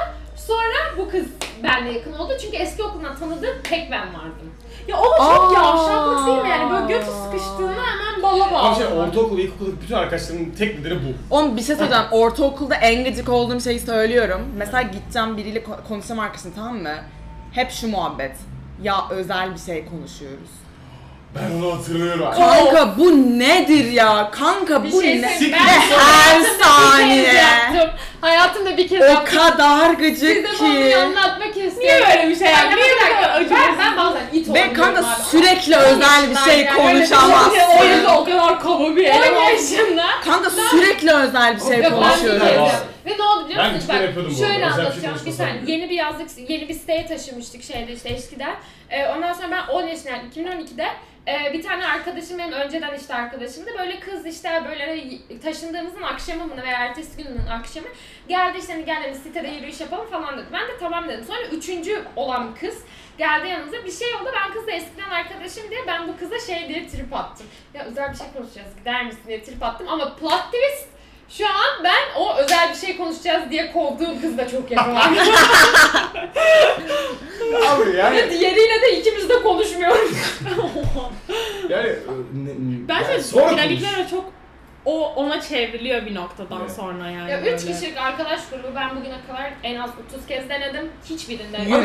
Speaker 4: Sonra bu kız benle yakın oldu çünkü eski okuldan tanıdığım tek ben vardım.
Speaker 3: Ya o da çok
Speaker 1: Aa.
Speaker 3: yavşaklık değil mi yani? Böyle götü sıkıştığına hemen bala
Speaker 2: Abi şey,
Speaker 3: bağlı.
Speaker 2: ortaokul, ilkokul bütün arkadaşlarımın tek lideri bu.
Speaker 1: Oğlum bir şey söyleyeceğim. Ortaokulda en gıcık olduğum şeyi söylüyorum. Mesela gideceğim biriyle ko- konuşacağım arkadaşım tamam mı? Hep şu muhabbet. Ya özel bir şey konuşuyoruz.
Speaker 2: Ben onu hatırlıyorum.
Speaker 1: Kanka bu nedir ya? Kanka
Speaker 4: Bir
Speaker 1: bu
Speaker 4: şey
Speaker 1: ne?
Speaker 4: söyleyeyim, ben
Speaker 1: Ve her saniye.
Speaker 4: yaptım. Hayatımda bir kez
Speaker 1: O
Speaker 4: yaptım.
Speaker 1: kadar
Speaker 4: Size
Speaker 1: gıcık
Speaker 4: bunu
Speaker 1: ki.
Speaker 4: anlatmak istiyorum.
Speaker 3: Niye böyle bir şey
Speaker 4: Ben,
Speaker 3: yani? Niye
Speaker 4: ben,
Speaker 3: böyle
Speaker 4: ben,
Speaker 3: acı?
Speaker 4: ben, ben bazen it
Speaker 1: Ve
Speaker 4: oluyorum
Speaker 1: kanka
Speaker 4: abi.
Speaker 1: sürekli özel bir şey
Speaker 4: yaşlar yani.
Speaker 1: konuşamazsın.
Speaker 3: O yüzden o kadar kaba bir
Speaker 4: 10
Speaker 3: eleman.
Speaker 4: yaşında.
Speaker 1: Kanka sürekli özel bir şey
Speaker 4: Yok, ben
Speaker 1: konuşuyoruz.
Speaker 4: bilmiyorum.
Speaker 2: Var.
Speaker 4: Ve ne oldu biliyor
Speaker 2: Ben
Speaker 4: musunuz?
Speaker 2: küçükken yapıyordum bu
Speaker 4: Bak, şöyle
Speaker 2: arada. Özel bir şey
Speaker 4: anlatacağım bir
Speaker 2: konuşmasam
Speaker 4: saniye.
Speaker 2: bile.
Speaker 4: Yeni bir yazlık, yeni bir siteye taşınmıştık şeyde işte eskiden. Ee, ondan sonra ben 10 yaşında yani 2012'de e, bir tane arkadaşım benim önceden işte arkadaşımdı. Böyle kız işte böyle y- taşındığımızın akşamı mı ne veya ertesi gününün akşamı geldi işte hani gel hani sitede yürüyüş yapalım falan dedi. Ben de tamam dedim. Sonra üçüncü olan kız geldi yanımıza bir şey oldu. Ben kızla eskiden arkadaşım diye ben bu kıza şey diye trip attım. Ya özel bir şey konuşacağız gider misin diye trip attım ama plot twist şu an ben o özel bir şey konuşacağız diye kovduğum kızla çok yakınım.
Speaker 2: Abi yani,
Speaker 4: Ve diğeriyle de ikimiz de konuşmuyoruz.
Speaker 2: yani, e, ne- ne-
Speaker 3: Bence
Speaker 2: yani
Speaker 4: şey,
Speaker 2: sonra konuş.
Speaker 3: dinamikler çok o ona çevriliyor bir noktadan
Speaker 2: Evet.
Speaker 3: sonra yani.
Speaker 4: ya üç
Speaker 3: böyle.
Speaker 4: kişilik arkadaş grubu ben bugüne kadar en az 30 kez denedim. Hiçbirinde yok.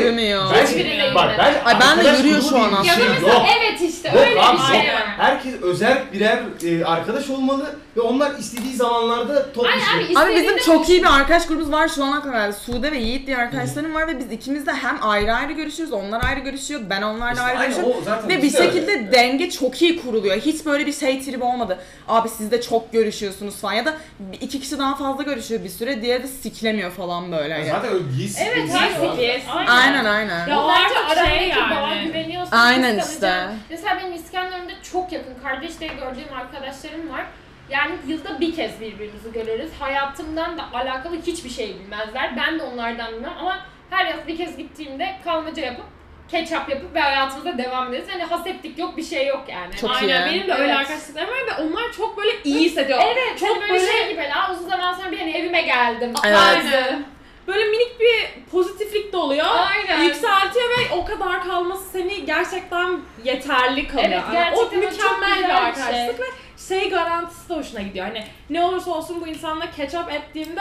Speaker 2: Ben-
Speaker 1: Yürümüyor.
Speaker 2: şey,
Speaker 4: Hiçbiriyle
Speaker 2: Bak
Speaker 4: yürümedim.
Speaker 2: ben,
Speaker 1: Ay ben de
Speaker 2: arkadaş
Speaker 1: yürüyor
Speaker 2: grubu
Speaker 1: şu
Speaker 2: diye
Speaker 1: an
Speaker 2: bir
Speaker 4: Ya da
Speaker 2: şey
Speaker 4: mesela
Speaker 2: yok.
Speaker 4: evet işte
Speaker 2: Yok
Speaker 4: öyle
Speaker 2: abi,
Speaker 4: bir şey
Speaker 2: yok.
Speaker 4: var.
Speaker 2: Herkes özel birer e, arkadaş olmalı ve onlar istediği zamanlarda
Speaker 4: Ay abi
Speaker 2: toplaşıyor.
Speaker 1: Abi
Speaker 4: istediğinde
Speaker 1: bizim çok iyi bir arkadaş grubumuz var şu ana kadar. Sude ve Yiğit diye arkadaşlarım var ve biz ikimiz de hem ayrı ayrı görüşüyoruz, onlar ayrı görüşüyor, ben onlarla
Speaker 2: İşte
Speaker 1: ayrı
Speaker 2: aynen,
Speaker 1: görüşüyorum.
Speaker 2: o zaten
Speaker 1: Ve bir
Speaker 2: biz de öyle.
Speaker 1: şekilde denge çok iyi kuruluyor. Hiç böyle bir şey tribi olmadı. Abi siz de çok görüşüyorsunuz falan ya da bir- iki kişi daha fazla görüşüyor bir süre, diğeri de siklemiyor falan böyle.
Speaker 2: Ya
Speaker 1: Yani.
Speaker 2: Zaten öyle giysi.
Speaker 4: Evet,
Speaker 2: giysi
Speaker 4: her
Speaker 2: var.
Speaker 3: Yes.
Speaker 1: Aynen aynen.
Speaker 3: Ya
Speaker 4: Ya
Speaker 3: o
Speaker 4: bence
Speaker 3: artık
Speaker 4: arandaki
Speaker 3: şey yani.
Speaker 4: bağa güveniyorsun.
Speaker 1: Aynen
Speaker 4: kız
Speaker 1: işte.
Speaker 4: tanıyacaksın. Mesela benim İskenderun'da çok yakın kardeş diye gördüğüm arkadaşlarım var. Yani yılda bir kez birbirimizi görüyoruz. Hayatımdan da alakalı hiçbir şey bilmezler. Ben de onlardan bilmem ama her yaz bir kez gittiğimde kalmaca yapıp ketçap yapıp ve hayatımıza devam ediyoruz. Hani hasetlik yok, bir şey yok yani.
Speaker 1: Çok
Speaker 3: Aynen
Speaker 1: iyi.
Speaker 3: benim de öyle
Speaker 4: Evet.
Speaker 3: arkadaşlıklarım var ve onlar çok böyle iyi hissediyor.
Speaker 4: Evet,
Speaker 3: çok
Speaker 4: çok böyle,
Speaker 3: böyle-
Speaker 4: şey gibi. Aa, uzun zaman sonra bir hani evime geldim.
Speaker 1: Evet.
Speaker 4: Aynen.
Speaker 3: Böyle minik bir pozitiflik de oluyor.
Speaker 4: Aynen.
Speaker 3: Yükseltiyor ve o kadar kalması seni gerçekten yeterli kalıyor.
Speaker 4: Evet,
Speaker 3: Yani o
Speaker 4: gerçekten o çok
Speaker 3: mükemmel bir
Speaker 4: güzel bir şey.
Speaker 3: arkadaşlık ve şey garantisi de hoşuna gidiyor. Hani ne olursa olsun bu insanla catch up ettiğimde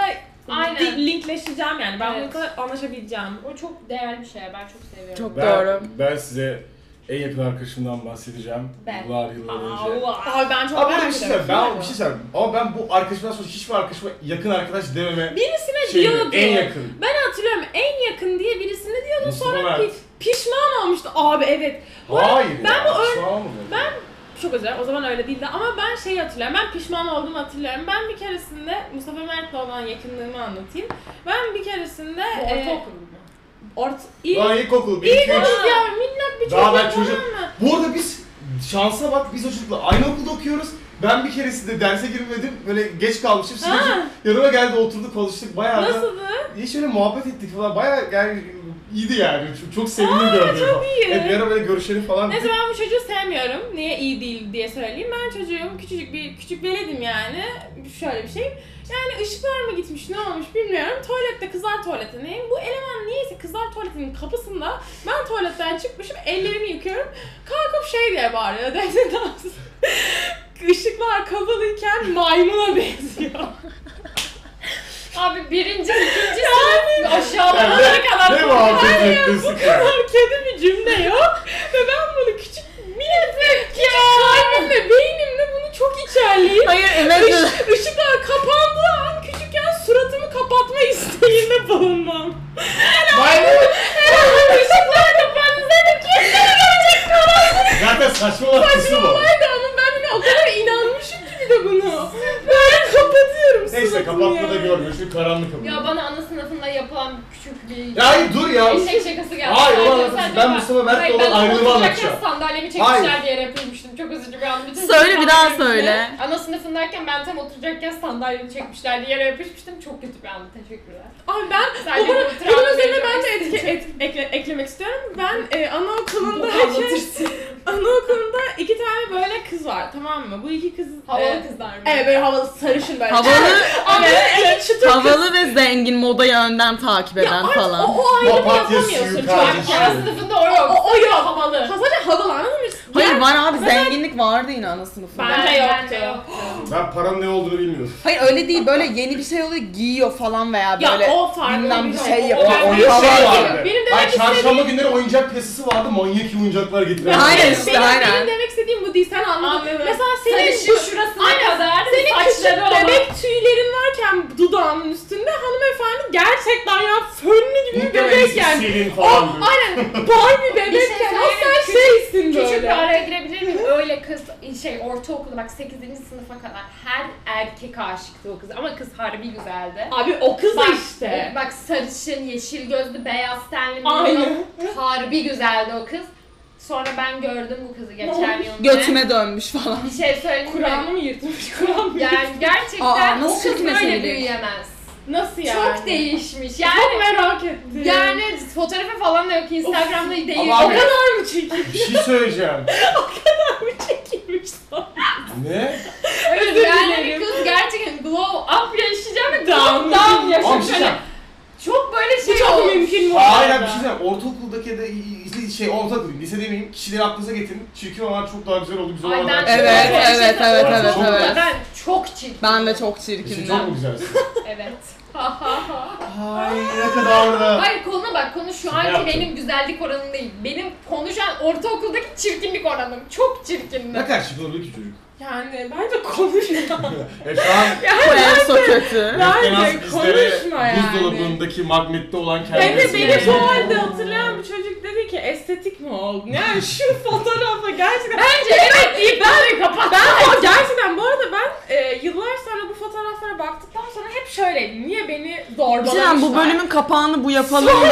Speaker 4: Aynen.
Speaker 3: di- linkleşeceğim yani. Ben
Speaker 4: Evet.
Speaker 3: bununla anlaşabileceğim.
Speaker 4: O çok değerli bir şey. Ben çok seviyorum.
Speaker 1: Çok
Speaker 2: Ben,
Speaker 1: doğru.
Speaker 2: ben size en yakın arkadaşımdan bahsedeceğim.
Speaker 4: Ben.
Speaker 2: Yıllar yıllar önce.
Speaker 3: Allah. Abi ben çok
Speaker 2: Abi ben
Speaker 3: merak
Speaker 2: bir şey
Speaker 3: ediyorum.
Speaker 2: söyleyeyim. Ben bir şey söyleyeyim. Ama ben bu arkadaşımdan sonra hiçbir arkadaşıma yakın arkadaş dememe
Speaker 3: Birisine
Speaker 2: şeyi
Speaker 3: diyordu.
Speaker 2: en yakın.
Speaker 3: Ben hatırlıyorum en yakın diye birisine diyordum
Speaker 2: Mustafa
Speaker 3: sonra
Speaker 2: Mert.
Speaker 3: pi- pişman olmuştu. Abi evet. Bu arada
Speaker 2: Hayır
Speaker 3: ben
Speaker 2: ya,
Speaker 3: bu ön-
Speaker 2: pişman olmadım.
Speaker 3: ben çok özür dilerim, o zaman öyle değildi ama ben şey hatırlıyorum ben pişman olduğumu hatırlıyorum. Ben bir keresinde Mustafa Mert'le olan yakınlığımı anlatayım. Ben bir keresinde
Speaker 4: Bu
Speaker 3: e,
Speaker 4: ortaokul mu?
Speaker 3: ort ilk
Speaker 2: Daha ilkokul. bir,
Speaker 3: ilk
Speaker 2: iki, üç.
Speaker 3: okul ya minnak bir çocuk
Speaker 2: Daha ben
Speaker 3: tamam
Speaker 2: çocuk-
Speaker 3: mı?
Speaker 2: Bu arada biz şansa bak biz o çocukla aynı okulda okuyoruz. Ben bir keresinde derse girmedim. Böyle geç kalmışım. Sizin
Speaker 3: Ha.
Speaker 2: çocuk yanıma geldi oturduk konuştuk. Bayağı da
Speaker 3: Nasıldı?
Speaker 2: İyi şöyle muhabbet ettik falan. Bayağı yani iyiydi yani. Çok, çok sevimli gördüm. Çok
Speaker 3: iyi.
Speaker 2: Evet, bir ara böyle görüşelim falan.
Speaker 3: Neyse ben bu çocuğu sevmiyorum. Niye iyi değil diye söyleyeyim. Ben çocuğum küçücük bir küçük veledim yani. Şöyle bir şey. Yani ışıklar mı gitmiş ne olmuş bilmiyorum. Tuvalette kızlar tuvaletindeyim. Bu eleman niyeyse kızlar tuvaletinin kapısında ben tuvaletten çıkmışım ellerimi yıkıyorum. Kalkıp şey diye bağırıyor. Defne Damsız. Işıklar kapalıyken maymuna benziyor.
Speaker 4: Abi birinci, ikinci sınıf aşağıda.
Speaker 2: Yani ne-
Speaker 3: kadar
Speaker 2: ne muhabbet
Speaker 3: Hayır,
Speaker 2: ettiniz
Speaker 3: Bu
Speaker 2: ki?
Speaker 3: kadar kedi bir cümle yok. Ve ben bunu küçük minicik küçük kalbimle beynimle bunu çok içerleyip
Speaker 1: Hayır
Speaker 3: Iş,
Speaker 1: evet.
Speaker 3: ışıklar kapandığı an küçükken suratımı kapatma isteğinde bulunmam.
Speaker 2: Maymun!
Speaker 3: Herhalde ışıklar kapandığında kendini görecek falan.
Speaker 2: Zaten saçmalama kısmı bu.
Speaker 3: Saçmalamaydı ama ben bile o kadar inanmışım ki bir de bunu. Ben kapatıyorum
Speaker 2: Neyse
Speaker 3: suratımı
Speaker 2: kapatma da
Speaker 3: ya.
Speaker 2: görmüyor çünkü karanlık ama.
Speaker 4: Ya bana ana sınıfında yapılan küçük bir
Speaker 2: Ya hayır dur ya.
Speaker 4: eşek şakası geldi.
Speaker 2: Hayır,
Speaker 4: Sadece-
Speaker 2: olamaz.
Speaker 4: sadece
Speaker 2: Ben
Speaker 4: bak-
Speaker 2: Mustafa Mert'le
Speaker 4: Hayır,
Speaker 2: olan
Speaker 4: ben
Speaker 2: ayrılığımı
Speaker 4: otururken
Speaker 2: anlatacağım.
Speaker 4: Sandalyemi çekmişler
Speaker 2: Hayır.
Speaker 4: diye yapılmıştım. Çok üzücü bir an. Bütün
Speaker 1: Söyle, bir daha
Speaker 4: sandalyemi-
Speaker 1: söyle.
Speaker 4: Ana sınıfındayken ben tam oturacakken sandalyemi çekmişler diye yere yapışmıştım. Çok kötü bir andı. Teşekkürler.
Speaker 3: Abi ben
Speaker 4: Sadece
Speaker 3: bu,
Speaker 4: bu
Speaker 3: bunu- bunun
Speaker 4: travmayı
Speaker 3: üzerine
Speaker 4: çok
Speaker 3: ben de etki, et- ekle- eklemek istiyorum. Ben e, anaokulunda
Speaker 4: Bunu anlatırsın.
Speaker 3: anaokulunda iki tane tane böyle kız var tamam mı? Bu iki kız... e,
Speaker 4: Havalı kızlar mı?
Speaker 3: Evet böyle havalı sarışın böyle.
Speaker 1: Havalı,
Speaker 3: Ama evet, çıtır
Speaker 1: havalı ve zengin modayı önden takip eden
Speaker 3: artık
Speaker 1: falan.
Speaker 3: O, o ayrımı
Speaker 2: Papatya
Speaker 3: yapamıyorsun
Speaker 2: suyu
Speaker 3: çocuk.
Speaker 2: kardeşim.
Speaker 3: Ya,
Speaker 4: Ya sınıfında o yok.
Speaker 3: O- o yok.
Speaker 4: Havalı.
Speaker 3: Sadece havalı anladın mı?
Speaker 1: Hayır
Speaker 3: Ya,
Speaker 1: var abi zenginlik vardı yine ana sınıfında.
Speaker 3: Ben- Bence yoktu.
Speaker 2: Ben paranın ne olduğunu bilmiyorum.
Speaker 1: Hayır öyle değil böyle yeni bir şey oluyor giyiyor falan veya
Speaker 3: Ya
Speaker 1: böyle
Speaker 3: o farklı
Speaker 1: bilmem
Speaker 3: bir
Speaker 1: bir
Speaker 3: şey.
Speaker 1: şey
Speaker 3: O-
Speaker 1: yapıyor.
Speaker 3: Ben-
Speaker 2: Oyun
Speaker 3: bir
Speaker 2: şey
Speaker 3: şey
Speaker 2: vardı.
Speaker 3: diyeyim. Benim demek
Speaker 2: Hayır çarşamba günleri oyuncak piyasası vardı. Manyak iyi oyuncaklar getiren.
Speaker 1: Hayır. işte,
Speaker 3: benim,
Speaker 1: aynen.
Speaker 3: benim demek istediğim bu değil. Sen anladın.
Speaker 4: Anladım.
Speaker 3: Mesela senin
Speaker 4: Senin şu şurasına
Speaker 3: Aynen.
Speaker 4: kadar
Speaker 3: Senin küçük
Speaker 4: saçları olan.
Speaker 3: bebek tüylerin varken dudağının üstünde hanımefendi gerçekten ya fönlü gibi bir bebek yani.
Speaker 2: Silin
Speaker 3: O
Speaker 2: falan böyle.
Speaker 3: aynen Barbie
Speaker 4: Bir şey
Speaker 3: bebekken o
Speaker 4: söyleyeyim
Speaker 3: sen
Speaker 4: mi?
Speaker 3: şeysin böyle.
Speaker 4: Küçük bir araya girebilir miyim? Öyle kız şey ortaokulda bak 8. sınıfa kadar her erkek aşıktı o kız ama kız harbi güzeldi.
Speaker 3: Abi o kız da
Speaker 4: Bak,
Speaker 3: işte.
Speaker 4: o- Bak sarışın, yeşil gözlü, beyaz tenli.
Speaker 3: Aynen.
Speaker 4: bir- Harbi güzeldi o kız. Sonra ben gördüm bu kızı geçen
Speaker 3: olmuş?
Speaker 4: yıl.
Speaker 1: götüme dönmüş falan.
Speaker 4: Bir şey söyleyeyim
Speaker 3: Kur'an'ı
Speaker 4: mi?
Speaker 3: mı yırtmış? Kur'an mı yırtmış?
Speaker 4: Yani gerçekten
Speaker 1: Aa, nasıl
Speaker 4: o kız
Speaker 1: çirkin
Speaker 4: böyle
Speaker 1: meseleleri?
Speaker 4: büyüyemez.
Speaker 3: Nasıl yani?
Speaker 4: Çok değişmiş.
Speaker 3: Çok
Speaker 4: Yani
Speaker 3: merak ettim.
Speaker 4: yani fotoğrafı falan da yok. Instagram'da değil.
Speaker 2: Ama
Speaker 3: o kadar mı çirkin
Speaker 2: Bir şey söyleyeceğim.
Speaker 3: çekilmiş sana?
Speaker 2: ne?
Speaker 3: Özür
Speaker 4: Yani
Speaker 3: dilerim.
Speaker 4: kız gerçekten glow up yaşayacak ve
Speaker 3: Down.
Speaker 4: glow down
Speaker 2: Oğlum bir şey
Speaker 4: yaşayacak.
Speaker 2: söyleyeceğim.
Speaker 4: Hani Çok
Speaker 3: Bu
Speaker 4: böyle şey
Speaker 3: çok
Speaker 4: olmuş.
Speaker 3: mümkün bu
Speaker 2: Aynen
Speaker 3: arada.
Speaker 2: bir şey söyleyeceğim. Ortaokuldaki de izle- şey ortaokul diyeyim, lise demeyeyim. Kişileri aklınıza getirin. Çirkin olan çok daha güzel oldu. Güzel
Speaker 4: Ay
Speaker 2: olan
Speaker 4: ben
Speaker 2: daha güzel
Speaker 1: Evet,
Speaker 2: oldu.
Speaker 1: evet, evet,
Speaker 2: evet, evet.
Speaker 4: Ben çok çirkin.
Speaker 1: Ben de çok
Speaker 2: İşte
Speaker 1: çirkinim.
Speaker 2: çok mu güzelsin?
Speaker 4: Evet. Ha ha ha.
Speaker 2: Ay ne kadar da.
Speaker 4: Hayır konuna bak konu şu
Speaker 2: Ne
Speaker 4: anki
Speaker 2: yaptın?
Speaker 4: benim güzellik oranım değil. Benim konu şu an ortaokuldaki çirkinlik oranım. Çok
Speaker 2: Ne
Speaker 4: çirkindim.
Speaker 2: kadar çirkin olabilir ki çocuk?
Speaker 3: Yani bence konuşma.
Speaker 2: E şu an
Speaker 1: Koyarsa kötü.
Speaker 2: en az
Speaker 3: Bence konuşma
Speaker 2: bizlere
Speaker 3: yani.
Speaker 2: buzdolabındaki magnette olan
Speaker 3: Ben de
Speaker 2: kendisi.
Speaker 3: beni bu arada hatırlayan bir çocuk dedi ki estetik mi oldun? Yani şu fotoğrafla gerçekten...
Speaker 4: Bence evet deyip ben kapat.
Speaker 3: Ben o gerçekten bu arada ben e, yıllar sonra bu fotoğraflara baktıktan sonra hep şöyleydim. Niye beni zorbalamışlar?
Speaker 1: Cihan bu bölümün kapağını bu yapalım mı?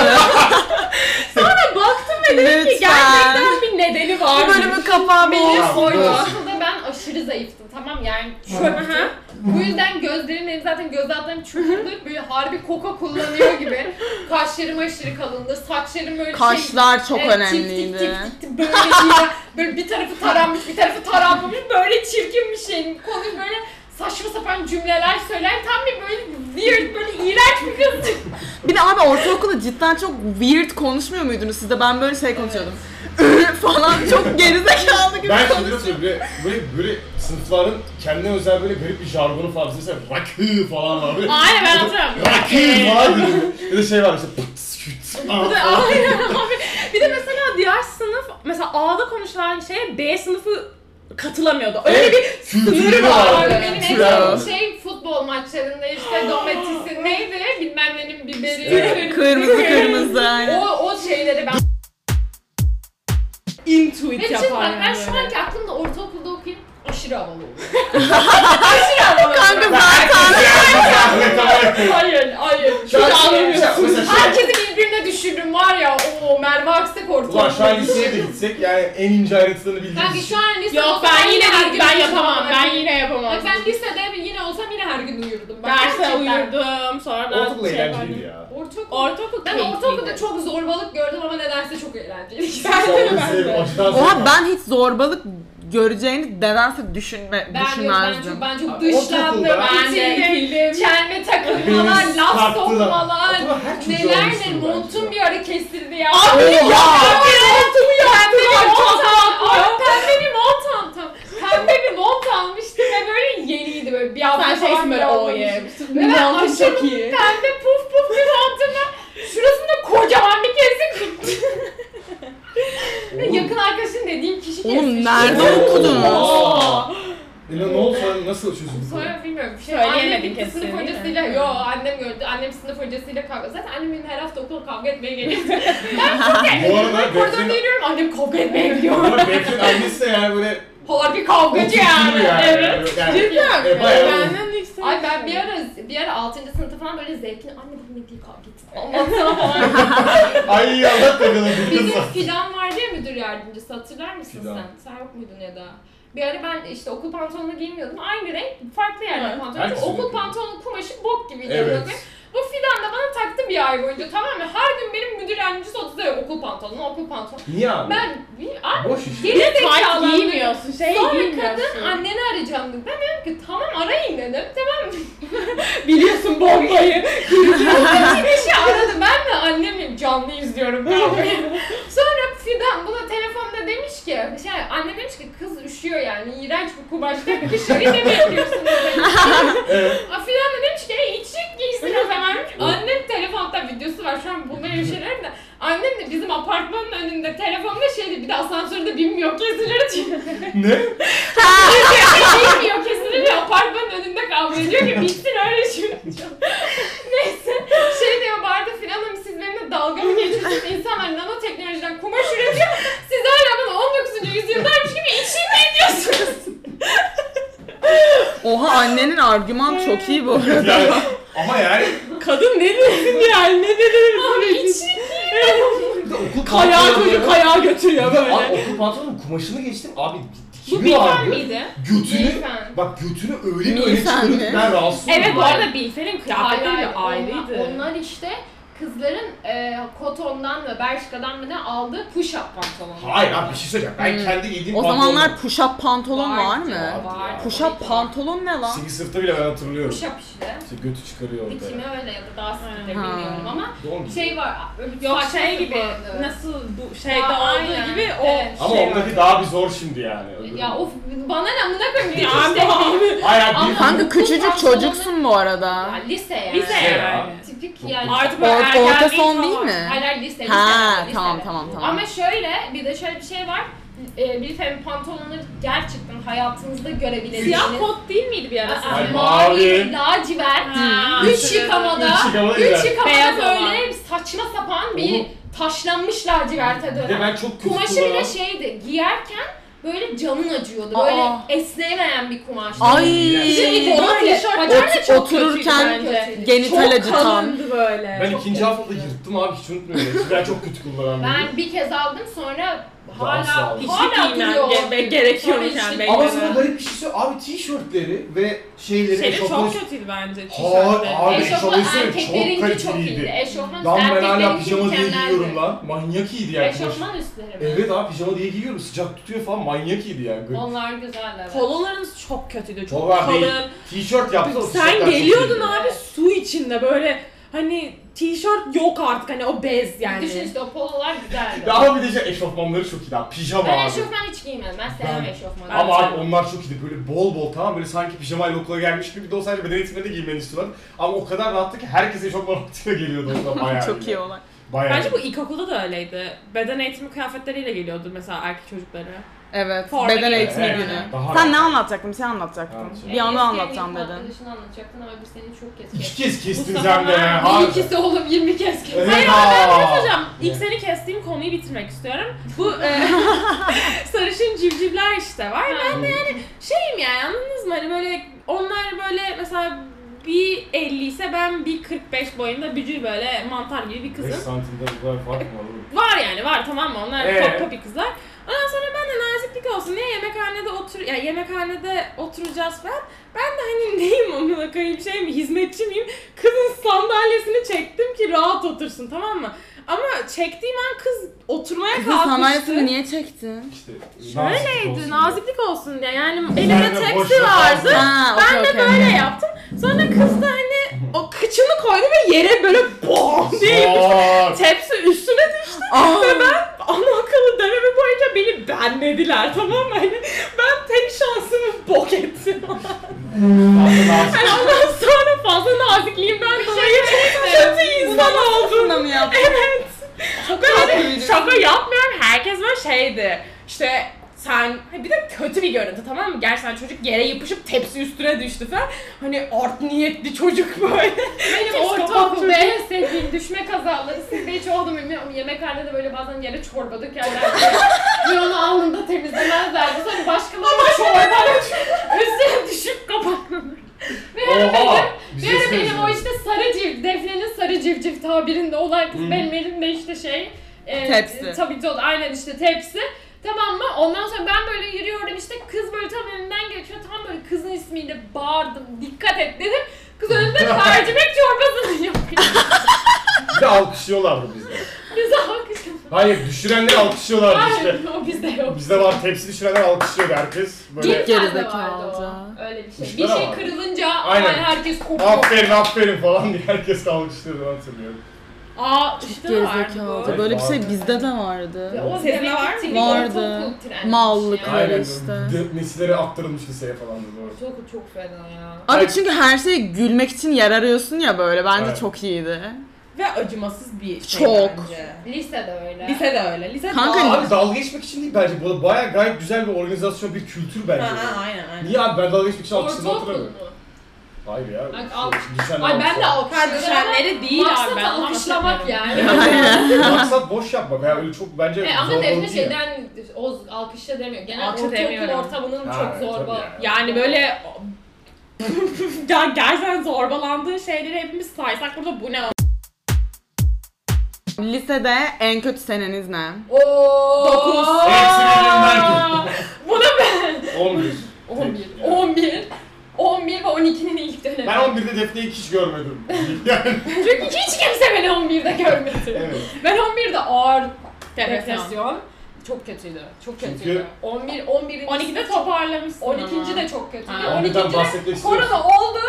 Speaker 3: Sonra baktım ve dedim ki
Speaker 1: Lütfen.
Speaker 3: gerçekten bir nedeni
Speaker 1: bu
Speaker 3: varmış.
Speaker 1: bölümün kapağı bu.
Speaker 4: Benim
Speaker 2: Tamam,
Speaker 4: boyum
Speaker 2: doğrusu.
Speaker 4: aslında ben aşırı zayıftım tamam yani
Speaker 3: Hı
Speaker 4: çöptüm.
Speaker 3: hı.
Speaker 4: Bu yüzden gözlerim benim zaten göz altlarım çukurdur. Böyle harbi koka kullanıyor gibi. Kaşlarım aşırı kalındı. Saçlarım böyle şey
Speaker 1: Kaşlar çok
Speaker 4: Evet, Tif
Speaker 1: önemliydi.
Speaker 4: tif tif tif tif böyle iğne, böyle bir tarafı taranmış, bir tarafı taranmamış, böyle çirkin bir şeyin konu böyle saçma sapan cümleler söyler. Tam bir böyle weird, böyle iğrenç bir kız.
Speaker 1: Bir de abi ortaokulda cidden çok weird konuşmuyor muydunuz siz de? Ben böyle şey konuşuyordum. falan çok gerizekalı gibi
Speaker 2: Ben şimdi
Speaker 1: konuşuyordum.
Speaker 2: söyleyeyim böyle, böyle, böyle sınıfların kendine özel böyle garip bir jargonu falan. Mesela rakı falan var böyle.
Speaker 3: Aynen ben hatırlamıyorum.
Speaker 2: Rakı falan dedi. Ya da şey var işte pıts küt. ah,
Speaker 3: Bir de-
Speaker 2: falan.
Speaker 3: Aynen abi. Bir de mesela diğer sınıf, mesela A'da konuşulan şeye B sınıfı katılamıyordu. Öyle bir
Speaker 2: Kültürü
Speaker 3: sınırı
Speaker 2: var.
Speaker 3: var.
Speaker 4: Benim en
Speaker 2: Bravo.
Speaker 4: sevdiğim şey futbol maçlarında işte domatesi neydi bilmem nenin biberi.
Speaker 2: Evet.
Speaker 1: Kırmızı kırmızı aynen.
Speaker 4: O, o şeyleri ben...
Speaker 3: intuit
Speaker 4: Ve
Speaker 3: yapar
Speaker 4: şimdi bak ben
Speaker 3: yani.
Speaker 4: şu anki aklımda ortaokulda okuyayım aşırı havalı olur.
Speaker 1: Kanka zaten.
Speaker 2: Zahmet ama.
Speaker 4: Hayır, hayır.
Speaker 2: Şu an-
Speaker 4: anlamıyorsun.
Speaker 2: Mesela şu an-
Speaker 4: Herkesi birbirine düşürürüm var ya, o Merve Aksak ortaokulda.
Speaker 2: Ulan şu an liseye de gitsek yani en ince ayrıntılarını
Speaker 4: Kanka
Speaker 2: bildiğimiz
Speaker 4: şu an lise
Speaker 3: Yok
Speaker 4: olsam
Speaker 3: ben yine
Speaker 4: her gün
Speaker 3: ben
Speaker 4: uyurdum.
Speaker 3: yapamam. Ben yine
Speaker 4: Bak
Speaker 3: yapamam.
Speaker 4: ben lisede bir yine olsam yine her gün uyurdum. Bak,
Speaker 3: Derse
Speaker 4: gerçekten.
Speaker 3: uyurdum. Sonra şey da
Speaker 2: Ortaokul eğlenceliydi ya.
Speaker 4: Ortaokul.
Speaker 3: Ortaokul
Speaker 4: ben
Speaker 3: keyifliydi.
Speaker 4: ortaokulda çok zorbalık gördüm ama nedense çok eğlenceliydi.
Speaker 3: Ben de ben de.
Speaker 1: Oha ben hiç zorbalık göreceğini nedense düşünme,
Speaker 4: Ben yok, ben
Speaker 1: düşünmezdim.
Speaker 4: çok, ben çok
Speaker 2: Abi,
Speaker 4: dışlandım.
Speaker 2: ortaokulda-
Speaker 4: Ben de çelme takılmalar,
Speaker 2: Beni
Speaker 4: laf
Speaker 2: sarktılar.
Speaker 4: sokmalar.
Speaker 2: Ortaokulda her çocuğa
Speaker 4: Neler
Speaker 2: olmuştur
Speaker 4: ne
Speaker 2: bence.
Speaker 4: montum bir ara kesildi ya.
Speaker 1: Oha!
Speaker 4: Pembe bir mont aldım. Ay, Pembe bir mont aldım. Pembe bir mont almıştım ve böyle yeniydi böyle bir hafta
Speaker 3: Sen şeysin böyle
Speaker 4: bile
Speaker 3: o ye.
Speaker 4: olmamış.
Speaker 3: Ne
Speaker 4: Evet,
Speaker 3: yaptın
Speaker 4: aşırı
Speaker 3: çok iyi.
Speaker 4: Pembe puf puf bir montum var. Şurasında kocaman bir kesik çıktı. Ve yakın arkadaşın dediğim kişi kesmiş.
Speaker 1: Oğlum nerede
Speaker 2: Oo.
Speaker 1: okudunuz?
Speaker 3: Oo.
Speaker 2: Ya E ne oldu sonra nasıl çözüldü?
Speaker 4: Sonra bilmiyorum bir şey.
Speaker 3: Söyleyemedin
Speaker 4: Annem gitti
Speaker 3: kesin,
Speaker 4: sınıf
Speaker 3: değil mi?
Speaker 4: hocasıyla. Yo annem gördü. Annem sınıf hocasıyla kavga. Zaten annem benim her hafta okula kavga etmeye geliyordu.
Speaker 2: Bu arada
Speaker 4: Oradan
Speaker 2: Betül'ün
Speaker 4: geliyorum annem kavga etmeye gidiyor.
Speaker 2: Betül'ün annesi de yani böyle
Speaker 4: Harbi kavgacı yani. Evet.
Speaker 2: Yani,
Speaker 3: Cidden mi?
Speaker 2: E, bayağı-
Speaker 3: Benden de yüksek.
Speaker 4: Ay ben bir ara bir ara 6. sınıfta falan böyle zevkini anne bu ne diye kavga ettim. Anlatsana falan.
Speaker 2: Ay Allah bakalım bir kız
Speaker 4: Bizim
Speaker 2: var.
Speaker 4: fidan vardı ya müdür yardımcısı hatırlar mısın
Speaker 2: Fidan.
Speaker 4: sen? Sen yok muydun ya da? Bir ara ben işte okul pantolonu giymiyordum. Aynı renk farklı yerden
Speaker 3: Hı.
Speaker 4: pantolon. Çünkü
Speaker 2: Herkesin
Speaker 4: Okul
Speaker 2: rengi.
Speaker 4: pantolonun kumaşı bok gibi geliyordu.
Speaker 2: Evet.
Speaker 4: Bu fidan da bana taktı bir ay boyunca tamam mı? Her gün benim müdür yardımcısı odada yok okul pantolonu, okul pantolonu.
Speaker 2: Niye abi?
Speaker 4: Ben bir abi
Speaker 2: Boş iş.
Speaker 4: geri
Speaker 3: Tight
Speaker 4: zekalandım.
Speaker 3: giymiyorsun, şey
Speaker 4: Sonra
Speaker 3: giymiyorsun.
Speaker 4: kadın anneni arayacağım dedi. Ben dedim ki tamam arayın dedim. Tamam mı?
Speaker 3: Biliyorsun bombayı.
Speaker 4: bir şey aradı. Ben de annemi canlı izliyorum kavgayı. Sonra Fidan buna telefonda demiş ki, şey, anne demiş ki kız üşüyor yani iğrenç bir kumaş demiş ki "Şöyle ne bekliyorsun demiş.
Speaker 2: Evet.
Speaker 4: Aa, Fidan da demiş ki e, içlik giysin o zaman. demiş. Annem telefonda videosu var şu an bunları şeyler de. Annem de bizim apartmanın önünde telefonda şeydi bir de asansörde binmiyor kesilir diyor.
Speaker 2: ne?
Speaker 4: Bilmiyor kesinlikle apartmanın önünde kavga ediyor ki bitsin öyle şimdi. Neyse şey diyor barda filan ama siz benimle dalga mı geçiyorsunuz? İnsanlar nanoteknolojiden kumaş üretiyor. Siz hala bana 19. yüzyıldaymış gibi içeyim mi ediyorsunuz?
Speaker 1: Oha annenin argüman çok iyi bu arada.
Speaker 2: Yani, ama yani
Speaker 3: Kadın ne diyorsun yani? Ne
Speaker 4: Abi
Speaker 3: dediniz?
Speaker 4: içeyim mi?
Speaker 2: bir de okul
Speaker 3: Kayağı
Speaker 2: pantolonu-
Speaker 3: çocuk kayağı götürüyor
Speaker 2: Abi
Speaker 3: böyle.
Speaker 2: okul pantolonun kumaşını geçtim abi dikiyor
Speaker 4: Bu bilfen
Speaker 2: abi.
Speaker 4: miydi?
Speaker 2: Götünü,
Speaker 4: Bilfen.
Speaker 2: bak götünü öyle bir öne
Speaker 1: Bilfen
Speaker 2: çıkarıp
Speaker 1: mi?
Speaker 2: ben rahatsız oldum
Speaker 3: Evet bu
Speaker 2: abi.
Speaker 3: arada Bilfer'in
Speaker 4: Hayır,
Speaker 3: kıyafetleri
Speaker 4: hayır,
Speaker 3: ayrıydı.
Speaker 4: Onlar, onlar işte kızların e, kotondan ve Bershka'dan mı ne aldığı push-up pantolonu.
Speaker 2: Hayır abi bir şey söyleyeceğim. Ben
Speaker 1: Hmm.
Speaker 2: kendi giydiğim
Speaker 1: O
Speaker 2: pantolonu-
Speaker 1: zamanlar push-up pantolon var
Speaker 4: Vardı,
Speaker 1: mı?
Speaker 4: vardı.
Speaker 1: Push-up pantolon ne lan?
Speaker 2: Sekiz sınıfta bile ben hatırlıyorum.
Speaker 4: Push-up işte.
Speaker 2: İşte götü çıkarıyor orada.
Speaker 4: Biçimi öyle ya da daha sıkıdır
Speaker 1: Ha.
Speaker 4: bilmiyorum ama
Speaker 2: Doğum gibi.
Speaker 4: şey var.
Speaker 3: Yok
Speaker 4: saçma
Speaker 3: şey gibi
Speaker 4: sapandı.
Speaker 3: nasıl bu şeyde
Speaker 4: Aa,
Speaker 3: olduğu
Speaker 4: aynen.
Speaker 3: gibi o
Speaker 4: Evet.
Speaker 2: Ama
Speaker 3: şey
Speaker 2: oradaki daha bir zor şimdi yani. Öbürü-
Speaker 4: Ya of bana ne amına koyayım
Speaker 3: Ya
Speaker 4: ya
Speaker 3: abi,
Speaker 2: şey
Speaker 3: abi.
Speaker 2: Hayır abi.
Speaker 4: Ama-
Speaker 2: bir-
Speaker 1: Kanka küçücük çocuksun bu
Speaker 4: Ya
Speaker 1: arada.
Speaker 4: lise yani.
Speaker 3: Lise
Speaker 2: Şey
Speaker 3: yani.
Speaker 4: Tipik
Speaker 2: Çok
Speaker 4: yani.
Speaker 2: güzel.
Speaker 3: Artık böyle
Speaker 1: Orta,
Speaker 3: ergenlik
Speaker 1: orta son değil
Speaker 3: falan.
Speaker 1: mi?
Speaker 4: Hayır lise lise.
Speaker 1: Ha
Speaker 4: lise.
Speaker 1: tamam tamam tamam.
Speaker 4: Ama şöyle bir de şöyle bir şey var. E, bir fem pantolonları gerçekten hayatınızda görebileceğiniz.
Speaker 3: Siyah kot değil miydi bir ara?
Speaker 4: Aa,
Speaker 2: Ay, mavi.
Speaker 4: mavi, lacivert.
Speaker 3: Ha,
Speaker 4: Üç yıkamada.
Speaker 2: Üç yıkamada
Speaker 4: Üç
Speaker 2: güzel.
Speaker 4: yıkamada
Speaker 3: Beyaz olan.
Speaker 4: böyle saçma sapan bir
Speaker 2: Oğlum.
Speaker 4: taşlanmış laciverte
Speaker 2: Bir de
Speaker 4: dönen.
Speaker 2: ben çok kötü
Speaker 4: Kumaşı bile
Speaker 2: kullanan-
Speaker 4: şeydi. Giyerken böyle canın acıyordu. Böyle
Speaker 1: Aa.
Speaker 4: esneyemeyen bir kumaştı.
Speaker 1: Ay.
Speaker 4: Şey,
Speaker 3: Olan tişört
Speaker 4: Bacak da
Speaker 1: Ot-
Speaker 4: çok
Speaker 1: otururken
Speaker 4: kötüydü bence.
Speaker 1: genital
Speaker 3: Çok
Speaker 1: acıtan.
Speaker 3: kalındı böyle.
Speaker 2: Ben ikinci haftada yırttım abi hiç unutmuyorum. ben çok kötü kullanan biriyim.
Speaker 4: Ben bir kez aldım sonra
Speaker 2: sağ
Speaker 4: hala
Speaker 2: ol.
Speaker 4: hala
Speaker 3: İçlik giymen
Speaker 4: duruyor.
Speaker 3: ge- gerekiyormuş
Speaker 4: Sonra
Speaker 3: yani
Speaker 4: içlik-
Speaker 3: belki.
Speaker 2: Ama
Speaker 3: Evet.
Speaker 2: sana garip bir şey söyle. Abi tişörtleri ve şeyleri
Speaker 3: Senin
Speaker 2: eşofmanı-
Speaker 3: çok kötüydü bence
Speaker 2: Hayır
Speaker 3: tişörtleri.
Speaker 2: abi
Speaker 4: Eşofman
Speaker 2: çalışsın
Speaker 4: erkeklerinki çok iyiydi.
Speaker 2: kaliteliydi.
Speaker 4: Eşofman
Speaker 2: Lan ben hala
Speaker 4: erkeklerinki
Speaker 2: pijama diye
Speaker 4: mükemmeldi.
Speaker 2: giyiyorum lan. Manyak iyiydi yani. kumaş.
Speaker 4: Eşofman üstleri mi?
Speaker 2: Evet abi pijama diye giyiyorum sıcak tutuyor falan manyak iyiydi yani. Garip.
Speaker 4: Onlar güzeldi. evet.
Speaker 3: Pololarınız çok kötüydü. Çok
Speaker 2: Vallahi değil.
Speaker 3: kalın.
Speaker 2: T-shirt yaptı. o tişörtler
Speaker 3: Sen
Speaker 2: çok
Speaker 3: geliyordun
Speaker 2: iyiydi.
Speaker 3: abi su içinde böyle hani tişört yok artık hani o bez yani.
Speaker 4: Düşün işte o pololar güzeldi.
Speaker 2: Ya ama bir de şey, eşofmanları çok iyiydi abi. Pijama
Speaker 4: ben
Speaker 2: abi.
Speaker 4: eşofman hiç giymedim. Ben sevmem
Speaker 2: Ben-
Speaker 4: eşofmanı.
Speaker 3: Ben-
Speaker 2: Ama abi onlar çok iyiydi. Böyle bol bol tamam böyle sanki pijamayla okula gelmiş gibi. Bir de o sadece beden eğitimine de giymeni istiyorlar. Ama o kadar rahattı ki herkes eşofman altıyla geliyordu orada bayağı.
Speaker 1: Çok iyi olay.
Speaker 2: Bayağı.
Speaker 3: Bence bu ilkokulda da öyleydi. Beden eğitimi kıyafetleriyle geliyordu mesela erkek çocukları.
Speaker 1: Evet.
Speaker 3: Forma
Speaker 1: Beden
Speaker 3: gibi.
Speaker 1: eğitimi
Speaker 3: Evet.
Speaker 1: günü.
Speaker 2: Daha
Speaker 1: Sen
Speaker 2: iyi.
Speaker 1: ne anlatacaktın? Sen anlatacaktın.
Speaker 2: Evet.
Speaker 1: Bir anı
Speaker 4: Eski
Speaker 1: anlatacağım
Speaker 4: erkek
Speaker 1: dedin.
Speaker 4: Arkadaşını anlatacaktın ama biz seni çok kez
Speaker 2: İki
Speaker 4: kestik.
Speaker 2: kez kestiniz
Speaker 3: Mustafa
Speaker 2: hem de.
Speaker 3: var.
Speaker 2: Harbi.
Speaker 4: İkisi oğlum 20 kez kestik.
Speaker 2: Evet.
Speaker 3: Hayır ama ben şey
Speaker 2: Aa.
Speaker 3: Murat Hocam ilk
Speaker 2: Evet.
Speaker 3: seni kestiğim konuyu bitirmek istiyorum. Bu e, sarışın civcivler işte var.
Speaker 4: Ben de
Speaker 3: Şeyim yani anladınız mı? Hani böyle onlar böyle mesela bir 50 ise ben bir 45 boyunda bücür böyle mantar gibi bir
Speaker 2: Beş
Speaker 3: kızım.
Speaker 2: santimden bu kadar fark mı olur?
Speaker 3: Var yani var tamam mı? Onlar
Speaker 2: Ee?
Speaker 3: top topi kızlar. Ondan sonra ben de naziklik olsun diye yemekhanede otur ya yemekhanede oturacağız falan. Ben de hani neyim amına koyayım şey mi hizmetçi miyim? Kızın sandalyesini çektim ki rahat otursun tamam mı? Ama çektiğim an kız oturmaya
Speaker 1: Kızın
Speaker 3: kalkmıştı.
Speaker 1: sanayesini niye çektin?
Speaker 2: İşte
Speaker 3: Şöyleydi
Speaker 2: nazik.
Speaker 3: naziklik olsun diye yani
Speaker 2: Ben
Speaker 3: elimde
Speaker 2: de
Speaker 3: tepsi
Speaker 2: boşluk
Speaker 3: vardı.
Speaker 2: aldım.
Speaker 1: Ha,
Speaker 3: Ben
Speaker 1: okey,
Speaker 3: de
Speaker 1: okey.
Speaker 3: böyle yaptım. Sonra kız da hani o kıçını koydu ve yere böyle bom diye yapıştı.
Speaker 2: Zor.
Speaker 3: Tepsi üstüne düştü
Speaker 1: Aa.
Speaker 3: ve ben ana akıllı dönemi boyunca beni benlediler tamam mı? Hani ben tek şansımı bok ettim.
Speaker 2: Fazla nazik.
Speaker 3: Hani ondan sonra fazla nazikliğimden dolayı kötü insan oldum.
Speaker 1: Bunu mu yaptın?
Speaker 3: Evet.
Speaker 1: Çok
Speaker 3: Böyle
Speaker 1: tatlıydı.
Speaker 3: şaka yapmıyorum. Herkes böyle şeydi. İşte sen Hani bir de kötü bir görüntü tamam mı? Gerçekten çocuk yere yapışıp tepsi üstüne düştü falan. Hani art niyetli çocuk böyle.
Speaker 4: benim
Speaker 3: Keşke
Speaker 4: ortaokulda
Speaker 3: patlıcı-
Speaker 4: en sevdiğim düşme kazaları sizde hiç oldu mu bilmiyorum. Yemekhanede böyle bazen yere çorba dökerler. Ve onu anında temizlemezlerdi. Sonra başkalarına hani çorba
Speaker 3: Üstüne düşüp kapandı.
Speaker 4: Ve ara benim,
Speaker 2: Oha.
Speaker 4: bir ara benim o işte sarı civ, Defne'nin sarı civciv tabirinde olan kız
Speaker 2: Hı.
Speaker 4: benim elimde işte şey. e,
Speaker 1: Tepsi.
Speaker 4: Tabii ki o- aynen işte tepsi. Tamam mı? Ondan sonra ben böyle yürüyorum işte kız böyle tam önümden geçiyor. Tam böyle kızın ismiyle bağırdım. Dikkat et dedim. Kız önümde mercimek çorbasını yapıyor.
Speaker 2: Bir de alkışlıyorlardı bizde.
Speaker 4: Biz alkışladık.
Speaker 2: Hayır düşürenler alkışlıyorlardı işte.
Speaker 4: Hayır o bizde yok.
Speaker 2: Bizde var tepsi düşürenler alkışlıyordu herkes. Böyle
Speaker 4: Bir tane
Speaker 1: Gerizekalıca.
Speaker 4: vardı o. Öyle bir şey. Bir
Speaker 2: Kuşlara
Speaker 4: şey
Speaker 2: bak.
Speaker 4: kırılınca
Speaker 2: Aynen.
Speaker 4: Aynen. herkes kopuyor.
Speaker 2: aferin aferin falan diye herkes alkışlıyordu ben hatırlıyorum.
Speaker 3: Aa
Speaker 1: Çok
Speaker 3: işte vardı
Speaker 1: gerizekalıca.
Speaker 3: bu.
Speaker 1: Böyle bir şey
Speaker 2: Vardı.
Speaker 1: bizde de vardı.
Speaker 4: Ve o
Speaker 3: Senin
Speaker 4: demek
Speaker 3: var mı?
Speaker 4: ki
Speaker 1: Vardı.
Speaker 4: ortaokul trenmiş
Speaker 1: Mallık.
Speaker 4: ya.
Speaker 1: Öyle
Speaker 2: Aynen.
Speaker 1: işte.
Speaker 2: de- Nesilleri aktarılmış liseye falan da doğru.
Speaker 4: Ortaokul çok fena ya.
Speaker 1: Abi çünkü her şeye gülmek için yer arıyorsun ya böyle. Bence
Speaker 2: Evet.
Speaker 1: çok iyiydi.
Speaker 3: Ve acımasız bir şey
Speaker 1: Çok.
Speaker 3: bence.
Speaker 4: Lise de öyle.
Speaker 3: Lise de öyle. Lise
Speaker 1: Kanka
Speaker 3: daha...
Speaker 2: Abi dalga geçmek için değil bence. Bu baya gayet güzel bir organizasyon, bir kültür bence.
Speaker 3: Ha, ha, aynen aynen.
Speaker 2: Niye abi ben dalga geçmek için alkışladığımı
Speaker 4: Ortaokul mu?
Speaker 2: hatırlamıyorum. Hayır ya. Şey,
Speaker 4: Bak,
Speaker 2: Şu-
Speaker 4: alkış.
Speaker 2: düşen
Speaker 4: Ay ben de
Speaker 2: alkışlar.
Speaker 4: alkışlıyorum
Speaker 3: Ha, düşenleri
Speaker 4: ama
Speaker 3: değil abi,
Speaker 4: maksat
Speaker 3: ben
Speaker 4: alkışlamak
Speaker 3: anlaşamıyorum.
Speaker 4: yani.
Speaker 2: Maksat boş yapmak. Yani öyle çok bence
Speaker 4: e, ama
Speaker 2: zorbalık
Speaker 4: Defne
Speaker 2: değil yani.
Speaker 4: şeyden o alkışla demiyor. Genel
Speaker 3: Alkış
Speaker 4: ortaokul
Speaker 3: demiyorum.
Speaker 4: ortamının
Speaker 2: Ha,
Speaker 4: çok
Speaker 2: evet,
Speaker 4: zorba.
Speaker 2: tabii yani.
Speaker 3: Yani böyle ya gerçekten zorbalandığı şeyleri hepimiz saysak burada bu ne
Speaker 1: Lisede en kötü seneniz ne?
Speaker 4: Oo.
Speaker 3: Dokuz.
Speaker 2: Hepsi birbirinden
Speaker 4: Bunu ben.
Speaker 2: 11.
Speaker 4: 11.
Speaker 2: Yani.
Speaker 4: 11. 11 ve 12'nin ilk dönemi.
Speaker 2: Ben 11'de Defne'yi hiç görmedim. Yani
Speaker 4: Çünkü hiç kimse beni 11'de görmedi.
Speaker 2: evet.
Speaker 4: Ben 11'de ağır
Speaker 3: Depresyon.
Speaker 4: depresyon. Çok kötüydü. Çok
Speaker 2: Çünkü-
Speaker 4: kötüydü. 11 11
Speaker 3: 12'de toparlamışsın
Speaker 4: 12.
Speaker 3: ama.
Speaker 4: de çok kötüydü.
Speaker 3: Ha.
Speaker 2: 11'den
Speaker 4: 12'de
Speaker 2: bahsetmek istiyorum.
Speaker 4: korona oldu.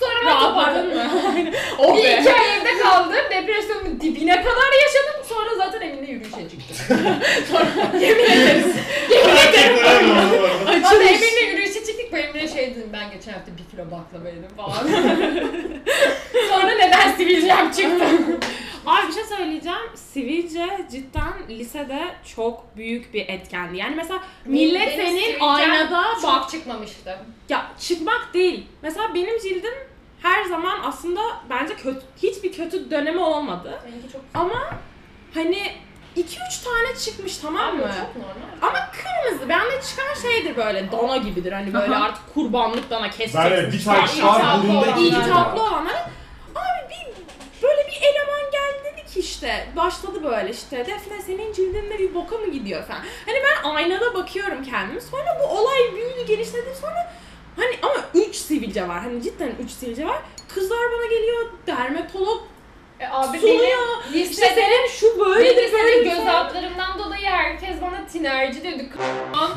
Speaker 4: Sonra ben
Speaker 3: Rahatladın
Speaker 4: toparladım.
Speaker 3: mı? o
Speaker 4: Bir
Speaker 3: be.
Speaker 4: iki ay evde kaldım. Depresyonun dibine kadar yaşadım. Sonra zaten evinde yürüyüşe çıktım. Yemin ederim. Yemin ederim.
Speaker 2: Erkeklere doğru bu arada.
Speaker 3: şey
Speaker 4: Abi Emre'yle yürüyüşe çıktık. Bu Emre şey dedim ben geçen hafta bir kilo baklava yedim falan. Sonra neden sivilcem çıktı?
Speaker 3: Abi bir şey söyleyeceğim. Sivilce cidden lisede çok büyük bir etkendi. Yani mesela millet
Speaker 4: Benim
Speaker 3: senin
Speaker 4: sivilcem
Speaker 3: aynada
Speaker 4: çok
Speaker 3: bak
Speaker 4: çıkmamıştı.
Speaker 3: ya çıkmak değil. Mesela benim cildim her zaman aslında bence kötü hiçbir kötü dönemi olmadı.
Speaker 4: Benimki çok
Speaker 3: Ama hani 2-3 tane çıkmış tamam mı?
Speaker 4: Çok normal.
Speaker 3: Ama kırmızı bende çıkan şeydir böyle dana gibidir hani böyle
Speaker 1: Aha.
Speaker 3: artık kurbanlık dana keseceksin.
Speaker 2: Ben de bir tane
Speaker 3: İki
Speaker 2: şar
Speaker 4: İltihaplı
Speaker 2: bulduğumda
Speaker 4: olanlar.
Speaker 2: iyi
Speaker 3: İltihaplı olanlara abi bir böyle bir eleman geldi dedi ki işte başladı böyle işte Defne senin cildinde bir boka mı gidiyor falan. Hani ben aynada bakıyorum kendime sonra bu olay büyüdü genişledi sonra hani ama 3 sivilce var hani cidden 3 sivilce var. Kızlar bana geliyor dermatolog
Speaker 4: E, abi benim
Speaker 3: sunuyor. İşte
Speaker 4: lisede
Speaker 3: senin şu
Speaker 4: Öyle
Speaker 3: böyledir böyle şey
Speaker 4: böyle göz altlarımdan dolayı herkes bana tinerci diyordu. K***an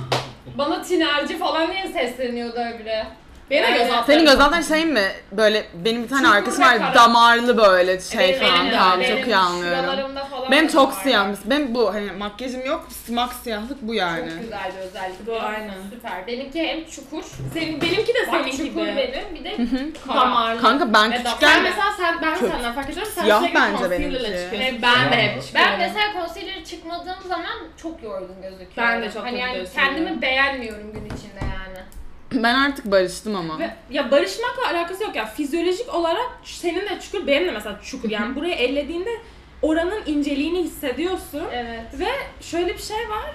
Speaker 4: bana tinerci falan diye sesleniyordu öyle.
Speaker 3: Bana
Speaker 4: Beni
Speaker 3: göz altları-
Speaker 1: Senin gözaltın şey mi? Böyle benim bir tane
Speaker 4: Çukur
Speaker 1: arkadaşım
Speaker 4: ve
Speaker 1: var
Speaker 4: kara.
Speaker 1: damarlı böyle şey falan.
Speaker 3: de
Speaker 1: Tamam
Speaker 3: öyle.
Speaker 1: çok iyi anlıyorum.
Speaker 4: şuralarımda falan
Speaker 1: Benim çok
Speaker 4: var.
Speaker 1: siyah. Benim bu hani makyajım yok. Mak siyahlık bu yani.
Speaker 4: Çok güzeldi özellikle.
Speaker 3: Bu aynen.
Speaker 4: Süper. Benimki hem çukur,
Speaker 3: Senin, benimki de
Speaker 4: bak
Speaker 3: senin
Speaker 4: çukur
Speaker 3: gibi.
Speaker 4: benim bir de kara.
Speaker 3: Damarlı.
Speaker 1: Kanka ben
Speaker 4: Ve
Speaker 3: Sen
Speaker 1: küçükken
Speaker 3: mesela sen ben
Speaker 1: Kö-
Speaker 3: senden fark ediyorum. Sen
Speaker 1: Siyah
Speaker 3: sürekli
Speaker 1: bence
Speaker 3: concealer'la
Speaker 1: benimki.
Speaker 3: çıkıyorsun.
Speaker 4: E, ben
Speaker 2: de
Speaker 3: hep
Speaker 4: Ben mesela konserlere çıkmadığım zaman çok yorgun gözüküyorum.
Speaker 3: Ben de çok
Speaker 4: hani
Speaker 3: kötü
Speaker 4: yani
Speaker 3: gözüküyorum.
Speaker 4: kendimi beğenmiyorum gün içinde yani.
Speaker 1: ben artık barıştım ama.
Speaker 3: Ve- ya barışmakla alakası yok ya. Fizyolojik olarak senin de çukur, benim de mesela çukur. Yani burayı ellediğinde oranın inceliğini hissediyorsun.
Speaker 4: Evet.
Speaker 3: Şöyle bir şey var.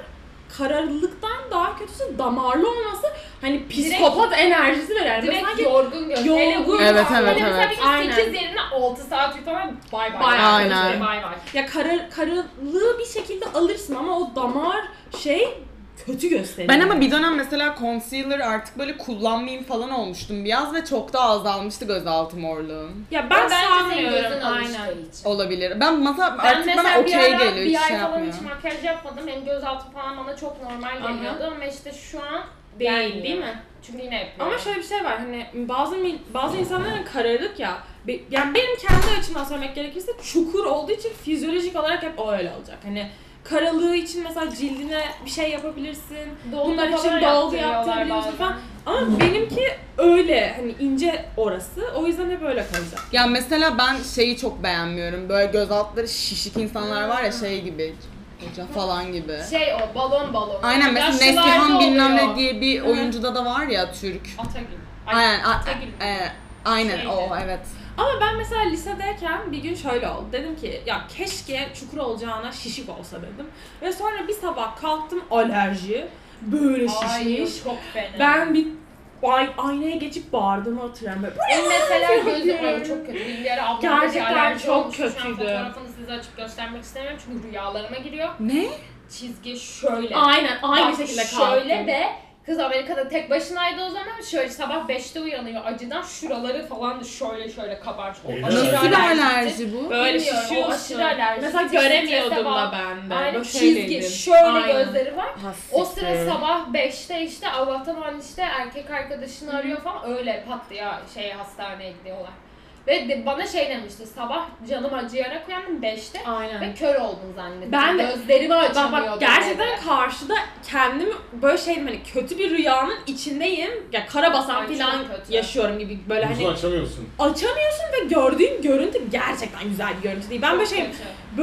Speaker 3: Kararlılıktan daha kötüsü damarlı olması hani psikopat enerjisi verer.
Speaker 4: Direkt
Speaker 3: Sanki
Speaker 4: yorgun gözüküyor.
Speaker 3: yorgun.
Speaker 1: Evet, evet, evet.
Speaker 4: Aynen.
Speaker 3: Aynen.
Speaker 4: 8 yerine 6 saat uyutamam. Bay bay.
Speaker 3: Bay.
Speaker 1: Aynen.
Speaker 4: Bay bay.
Speaker 3: ya karar, kararlılığı bir şekilde alırsın ama o damar şey kötü gösteriyor.
Speaker 1: Ben ama bir dönem mesela concealer artık böyle kullanmayayım falan olmuştum bir yaz ve çok da azalmıştı gözaltı morluğum.
Speaker 3: ya
Speaker 4: Ben
Speaker 3: ben
Speaker 4: sanmıyorum.
Speaker 3: sanmıyorum. Aynen.
Speaker 1: Olabilir. Ben masa
Speaker 4: Ben
Speaker 1: artık
Speaker 4: mesela
Speaker 1: bana
Speaker 4: bir ara
Speaker 1: okey geliyor
Speaker 4: bir
Speaker 1: hiç
Speaker 4: ay
Speaker 1: şey
Speaker 4: falan
Speaker 1: yapmıyor.
Speaker 4: hiç makyaj yapmadım. Benim gözaltı falan bana çok normal
Speaker 3: Aha.
Speaker 4: geliyordu ama işte şu an
Speaker 3: Değil,
Speaker 4: gelmiyor.
Speaker 3: değil mi?
Speaker 4: Çünkü yine yapıyorum.
Speaker 3: Ama şöyle bir şey var hani bazı mil- bazı insanların kararlılık ya. Be- yani benim kendi açımdan söylemek gerekirse çukur olduğu için fizyolojik olarak hep o öyle olacak. Hani karalığı için mesela cildine bir şey yapabilirsin.
Speaker 4: Dolgu
Speaker 3: bunlar için
Speaker 4: falan
Speaker 3: dolgu
Speaker 4: yaptırıyorlar
Speaker 3: yaptırabiliyorsun
Speaker 4: bazen.
Speaker 3: falan. Ama benimki öyle hani ince orası. O yüzden hep öyle kalacak.
Speaker 1: Ya mesela ben şeyi çok beğenmiyorum. Böyle gözaltları şişik insanlar var ya şey gibi. Hoca falan gibi.
Speaker 4: Şey o balon balon.
Speaker 1: Aynen mesela
Speaker 4: Yaşlılarda
Speaker 1: Neslihan bilmem
Speaker 4: oluyor.
Speaker 1: ne diye bir oyuncuda da var ya Türk.
Speaker 4: Atagül. Ay, Şey
Speaker 1: Aynen. a-
Speaker 4: Atagül.
Speaker 1: e, aynen
Speaker 4: Şeydi.
Speaker 1: o evet.
Speaker 3: Ama ben mesela lisedeyken bir gün şöyle oldu. Dedim ki ya keşke çukur olacağına şişik olsa dedim. Ve sonra bir sabah kalktım alerji. Böyle
Speaker 4: Ay,
Speaker 3: şişmiş.
Speaker 4: çok fena.
Speaker 3: Ben bir ay, aynaya geçip bağırdım hatırlıyorum. Böyle, "Buraya!"
Speaker 4: Benim mesela
Speaker 3: Çok
Speaker 4: gözüm
Speaker 3: kötü.
Speaker 4: ay, çok kötü. Bilgileri ablamda bir
Speaker 3: Gerçekten
Speaker 4: alerji
Speaker 3: çok
Speaker 4: olmuştu. Şu an
Speaker 3: kötüydü.
Speaker 4: fotoğrafını size açıp göstermek istemiyorum çünkü rüyalarıma giriyor.
Speaker 1: Ne?
Speaker 4: çizgi şöyle.
Speaker 3: Aynen aynı
Speaker 4: Bak,
Speaker 3: şekilde kalktım.
Speaker 4: Şöyle ve kız Amerika'da tek başınaydı o zaman şöyle sabah 5'te uyanıyor acıdan şuraları falan da şöyle şöyle kabarcık. O
Speaker 2: Neyden?
Speaker 4: aşırı
Speaker 1: Nasıl bir
Speaker 4: alerjikti.
Speaker 1: alerji bu?
Speaker 3: Böyle
Speaker 4: Bilmiyorum, o
Speaker 3: şişiyorsun.
Speaker 4: aşırı alerjik.
Speaker 3: Mesela
Speaker 4: Strese
Speaker 3: göremiyordum
Speaker 4: bağlı.
Speaker 3: da ben de.
Speaker 4: Aynen
Speaker 3: Böyle
Speaker 4: çizgi
Speaker 3: şeydeydim.
Speaker 4: şöyle
Speaker 3: Aynen.
Speaker 4: gözleri var.
Speaker 1: Hassiktir.
Speaker 4: O sıra sabah 5'te işte Allah'tan o an işte erkek arkadaşını arıyor falan öyle pat diye şey hastaneye gidiyorlar. Ve de- bana şey demişti sabah canım acıyarak uyandım 5'te
Speaker 3: Aynen.
Speaker 4: ve kör oldum zannettim.
Speaker 3: Ben de-
Speaker 4: Gözlerimi
Speaker 3: Bak
Speaker 4: açamıyordum.
Speaker 3: bak gerçekten
Speaker 4: dedi.
Speaker 3: karşıda kendimi böyle şeydim hani kötü bir rüyanın içindeyim. Ya kara basan
Speaker 4: Ay, çok
Speaker 3: falan
Speaker 4: kötü.
Speaker 3: yaşıyorum gibi böyle hani
Speaker 2: Uzun açamıyorsun.
Speaker 3: açamıyorsun ve gördüğün görüntü gerçekten güzel bir görüntü değil. Ben böyle şeyim
Speaker 4: Kötü.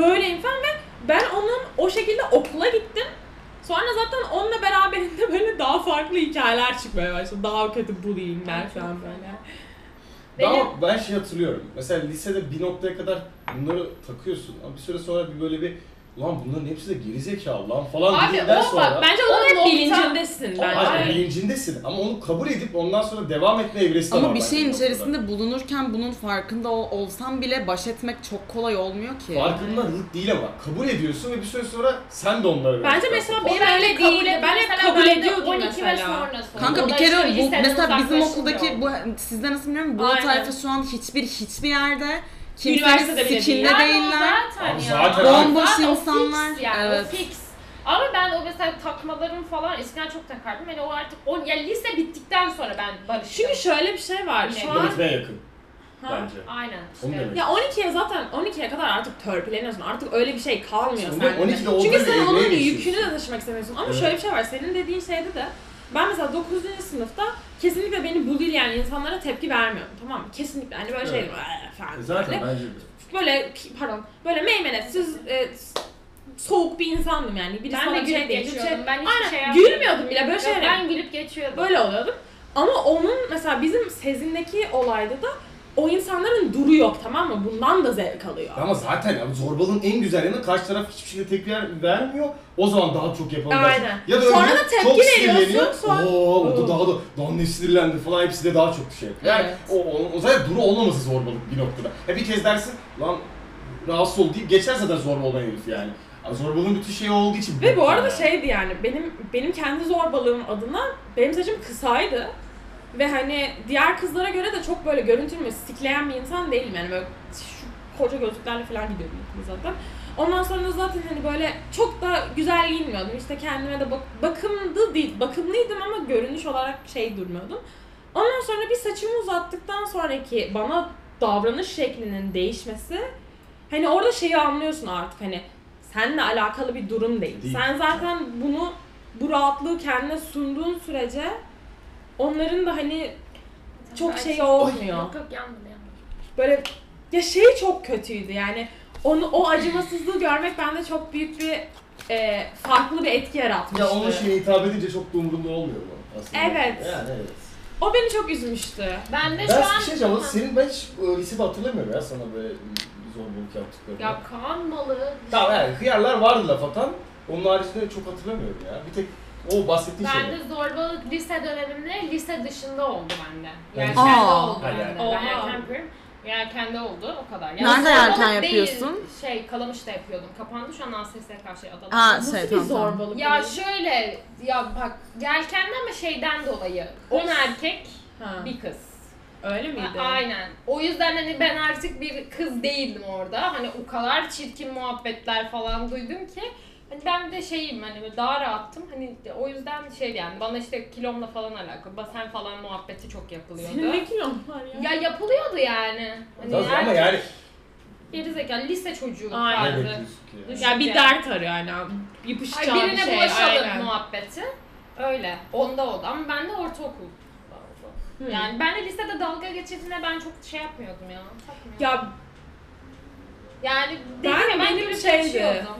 Speaker 3: böyleyim falan ve ben onun o şekilde okula gittim. Sonra zaten onunla beraberinde böyle daha farklı hikayeler çıkmaya başladı. Daha kötü bullyingler
Speaker 4: Ay, çok
Speaker 3: falan
Speaker 4: güzel.
Speaker 3: böyle.
Speaker 4: Benim-
Speaker 2: Ama ben şey hatırlıyorum. Mesela lisede bir noktaya kadar bunları takıyorsun. Ama bir süre sonra bir böyle bir lan bunların hepsi de gerizekalı lan falan
Speaker 4: Abi,
Speaker 2: dediğinden
Speaker 4: o
Speaker 2: sonra.
Speaker 4: bak
Speaker 3: Bence
Speaker 4: O
Speaker 3: onun hep
Speaker 4: nokta-
Speaker 3: bilincindesin
Speaker 4: O-
Speaker 3: bence.
Speaker 2: Hayır,
Speaker 4: Aynen.
Speaker 2: bilincindesin ama onu kabul edip ondan sonra devam etme evresi de var.
Speaker 1: Ama bir
Speaker 2: bence
Speaker 1: şeyin
Speaker 2: noktada.
Speaker 1: içerisinde bulunurken bunun farkında ol- olsam bile baş etmek çok kolay olmuyor ki.
Speaker 2: Farkındalık değil ama kabul ediyorsun ve bir süre sonra sen de onlara
Speaker 3: Bence
Speaker 2: dönüyorsun.
Speaker 3: mesela
Speaker 4: O
Speaker 3: benim
Speaker 4: bence
Speaker 3: öyle
Speaker 4: kabul
Speaker 3: değil.
Speaker 4: ediyor.
Speaker 3: Ben hep
Speaker 4: Mesela
Speaker 3: kabul
Speaker 4: bende
Speaker 3: ediyordum
Speaker 4: 12 ve
Speaker 3: mesela.
Speaker 4: sonra sonra.
Speaker 1: Kanka
Speaker 4: O
Speaker 1: bir
Speaker 4: da
Speaker 1: kere
Speaker 4: işte
Speaker 1: bu,
Speaker 4: liseden
Speaker 1: mesela bizim
Speaker 4: uzaklaşınca
Speaker 1: okuldaki bu sizde nasıl bilmiyorum bu
Speaker 3: Aynen.
Speaker 1: tayfa şu an hiçbir hiçbir yerde kimsenin
Speaker 3: Üniversitede bile değil.
Speaker 1: sikinde
Speaker 4: Yani o
Speaker 1: değiller.
Speaker 4: Zaten
Speaker 2: Abi
Speaker 4: ya.
Speaker 2: zaten-
Speaker 1: Bomboş
Speaker 4: Zaten o fix
Speaker 1: insanlar.
Speaker 4: Yani,
Speaker 1: Evet.
Speaker 4: O fix. Ama ben o mesela takmalarım falan eskiden çok takardım. Yani o artık o ya lise bittikten sonra ben barıştım.
Speaker 3: Çünkü şöyle bir şey var. Şu
Speaker 4: Ne?
Speaker 3: an
Speaker 2: Öğretmeye yakın
Speaker 3: Ha.
Speaker 2: bence.
Speaker 4: aynen
Speaker 2: Onu
Speaker 4: işte.
Speaker 2: demek.
Speaker 3: Ya 12'ye zaten 12'ye kadar artık törpüleniyorsun. Artık öyle bir şey kalmıyor
Speaker 2: Sen de
Speaker 3: sende.
Speaker 2: 12'de olduğu
Speaker 3: Çünkü
Speaker 2: gibi
Speaker 3: sen onun
Speaker 2: evreye
Speaker 3: yükünü de
Speaker 2: geçiyorsun.
Speaker 3: taşımak istemiyorsun. Ama
Speaker 2: Evet.
Speaker 3: şöyle bir şey var. Senin dediğin şeyde de ben mesela 9. sınıfta kesinlikle beni bullyleyen insanlara tepki vermiyorum. Tamam mı? Kesinlikle. Hani böyle şey
Speaker 2: Evet. E
Speaker 3: "Aa!" falan.
Speaker 2: Zaten
Speaker 3: böyle.
Speaker 2: bence de.
Speaker 3: böyle pardon. Böyle meymenetsiz e, soğuk bir insandım yani. Birisi
Speaker 4: Ben
Speaker 3: bana
Speaker 4: de
Speaker 3: bir şey
Speaker 4: gülüp
Speaker 3: deyince
Speaker 4: geçiyordum.
Speaker 3: şey-
Speaker 4: Ben hiçbir
Speaker 3: Aynen.
Speaker 4: şey yapmıyordum.
Speaker 3: Gülmüyordum bile böyle
Speaker 4: Yok,
Speaker 3: şeylere
Speaker 4: ben gülüp geçiyordum.
Speaker 3: böyle oluyordum. Ama onun mesela bizim Sezin'deki olayda da o insanların duru yok tamam mı? Bundan da zevk alıyor.
Speaker 2: Ama zaten abi zorbalığın en güzel yanı karşı taraf hiçbir şekilde tepki vermiyor. O zaman daha çok yapalım.
Speaker 3: Aynen.
Speaker 2: başlıyor. Ya da
Speaker 3: Sonra
Speaker 2: öyle
Speaker 3: da tepki
Speaker 2: çok
Speaker 3: veriyorsun,
Speaker 2: sinirleniyor.
Speaker 3: sonra-
Speaker 2: Oo, o
Speaker 3: Oo.
Speaker 2: da daha da daha ne sinirlendi falan hepsi de daha çok şey yapıyor. Yani
Speaker 1: Evet.
Speaker 2: o, o, o zaten duru olmaması zorbalık bir noktada. Ya bir kez dersin lan rahatsız ol deyip geçer zaten zorba olan herif yani. Abi Zorbalığın bütün şeyi olduğu için.
Speaker 3: Ve bu arada şey
Speaker 2: Yani.
Speaker 3: şeydi yani benim benim kendi zorbalığım adına benim saçım kısaydı. Ve hani diğer kızlara göre de çok böyle görüntülü, sikleyen bir insan değilim yani böyle şu koca gözlüklerle falan gidiyordum okula zaten. Ondan sonra zaten hani böyle çok da güzel giyinmiyordum. İşte kendime de bak- bakımlı değil, bakımlıydım ama görünüş olarak şey durmuyordum. Ondan sonra bir saçımı uzattıktan sonraki bana davranış şeklinin değişmesi hani orada şeyi anlıyorsun artık hani seninle alakalı bir durum değil.
Speaker 2: Değil.
Speaker 3: Sen zaten bunu bu rahatlığı kendine sunduğun sürece onların da hani çok şey olmuyor.
Speaker 4: Yok yok yanmadı yanmadı.
Speaker 3: Böyle ya şey çok kötüydü yani onu o acımasızlığı görmek bende çok büyük bir e, farklı bir etki yaratmıştı.
Speaker 2: Ya onun şeyine hitap edince çok da umurumda olmuyor bu aslında.
Speaker 3: Evet.
Speaker 2: Yani evet.
Speaker 3: O beni çok üzmüştü.
Speaker 4: Ben de
Speaker 2: Ben
Speaker 4: şu an...
Speaker 2: bir şey diyeceğim.
Speaker 4: Ha.
Speaker 2: Senin ben hiç e, lisede hatırlamıyorum ya sana böyle e, zorbalık yaptıklarını.
Speaker 4: Ya Kaan malı.
Speaker 2: Tamam yani hıyarlar vardı laf atan. Onun haricinde çok hatırlamıyorum ya. Bir tek o bahsettiğin şey.
Speaker 4: Ben de zorbalık lise dönemimde lise dışında oldu bende.
Speaker 2: Ben-
Speaker 4: Yelkende
Speaker 1: Aa.
Speaker 4: oldu
Speaker 2: Ha,
Speaker 4: bende.
Speaker 3: yani.
Speaker 4: Ben
Speaker 3: Oha.
Speaker 4: yelken yapıyorum. Yelkende oldu o kadar.
Speaker 1: Nerede
Speaker 4: zorbalık
Speaker 1: yelken
Speaker 4: değil,
Speaker 1: yapıyorsun?
Speaker 4: Şey Kalamış'ta yapıyordum. Kapandı şu an ASSK şey Adana'da.
Speaker 1: Ha
Speaker 3: Nasıl
Speaker 1: şey
Speaker 3: bir
Speaker 1: tamam, tamam.
Speaker 3: zorbalık?
Speaker 4: Ya şöyle ya bak yelkenden ama şeyden dolayı. On erkek
Speaker 3: Ha,
Speaker 4: bir kız.
Speaker 3: Öyle miydi?
Speaker 4: A- Aynen. O yüzden hani ben artık bir kız değildim orada. Hani o kadar çirkin muhabbetler falan duydum ki. Hani ben bir de şeyim hani böyle daha rahattım. Hani o yüzden şey yani bana işte kilomla falan alakalı. Basen falan muhabbeti çok yapılıyordu.
Speaker 3: Senin ne kilon var ya?
Speaker 4: Ya yapılıyordu yani. Hani
Speaker 2: Zaten ama
Speaker 4: erkek-
Speaker 2: yani
Speaker 4: Gerizekalı lise çocuğu
Speaker 3: Aynen.
Speaker 2: ne
Speaker 4: vardı.
Speaker 2: bekliyorsun ki yani?
Speaker 4: Düşün-
Speaker 3: Ya bir dert arıyor yani.
Speaker 4: Ay,
Speaker 3: Yapışacağı bir
Speaker 4: birine
Speaker 3: şey.
Speaker 4: bulaşalım
Speaker 3: aynen.
Speaker 4: muhabbeti. Öyle. Onda oldu ama ben de ortaokul.
Speaker 3: Hı.
Speaker 4: Yani ben de lisede dalga geçirdiğine ben çok şey yapmıyordum ya. takmıyordum.
Speaker 3: Ya
Speaker 4: Yani
Speaker 3: Ben-
Speaker 4: ben, ben,
Speaker 3: benim
Speaker 4: ben gibi
Speaker 3: şeydi.
Speaker 4: geçiyordum.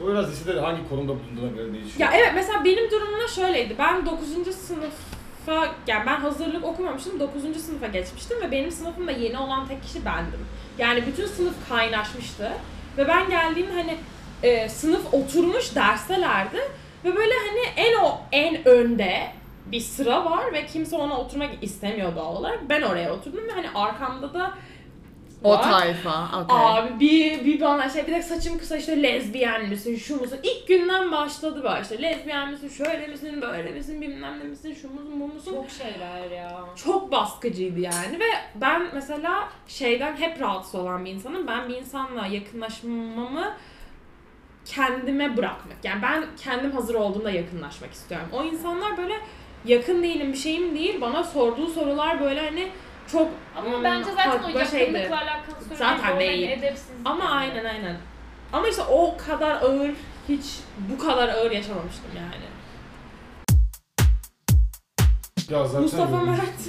Speaker 2: O biraz lisede hangi konumda bulunduğuna göre değişiyor.
Speaker 3: Ya evet mesela benim durumumda şöyleydi. Ben 9. sınıfa yani ben hazırlık okumamıştım. 9. sınıfa geçmiştim ve benim sınıfımda yeni olan tek kişi bendim. Yani bütün sınıf kaynaşmıştı. Ve ben geldiğim hani e, sınıf oturmuş derstelerdi. Ve böyle hani en o en önde bir sıra var ve kimse ona oturmak istemiyor doğal olarak. Ben oraya oturdum ve hani arkamda da
Speaker 1: O
Speaker 3: var.
Speaker 1: tayfa. Okay.
Speaker 3: Abi bir, bir bana şey bir de saçım kısa işte lezbiyen misin şu musun? İlk günden başladı böyle işte lezbiyen misin şöyle misin böyle misin bilmem ne misin şu musun bu musun?
Speaker 4: Çok şeyler ya.
Speaker 3: çok baskıcıydı yani ve ben mesela şeyden hep rahatsız olan bir insanım. Ben bir insanla yakınlaşmamı kendime bırakmak. Yani ben kendim hazır olduğumda yakınlaşmak istiyorum. O insanlar böyle yakın değilim, bir şeyim değil. Bana sorduğu sorular böyle hani çok
Speaker 4: Ama
Speaker 3: hmm,
Speaker 4: bence zaten o
Speaker 3: haklı
Speaker 4: yakınlıkla
Speaker 3: şeydi.
Speaker 4: alakalı sorun
Speaker 3: Zaten
Speaker 4: değil. O
Speaker 3: değil.
Speaker 4: hani edepsizlik
Speaker 3: Ama
Speaker 4: yani.
Speaker 3: aynen aynen. Ama işte o kadar ağır hiç bu kadar ağır yaşamamıştım yani.
Speaker 2: Ya zaten
Speaker 3: Mustafa
Speaker 2: öyle.
Speaker 3: Mert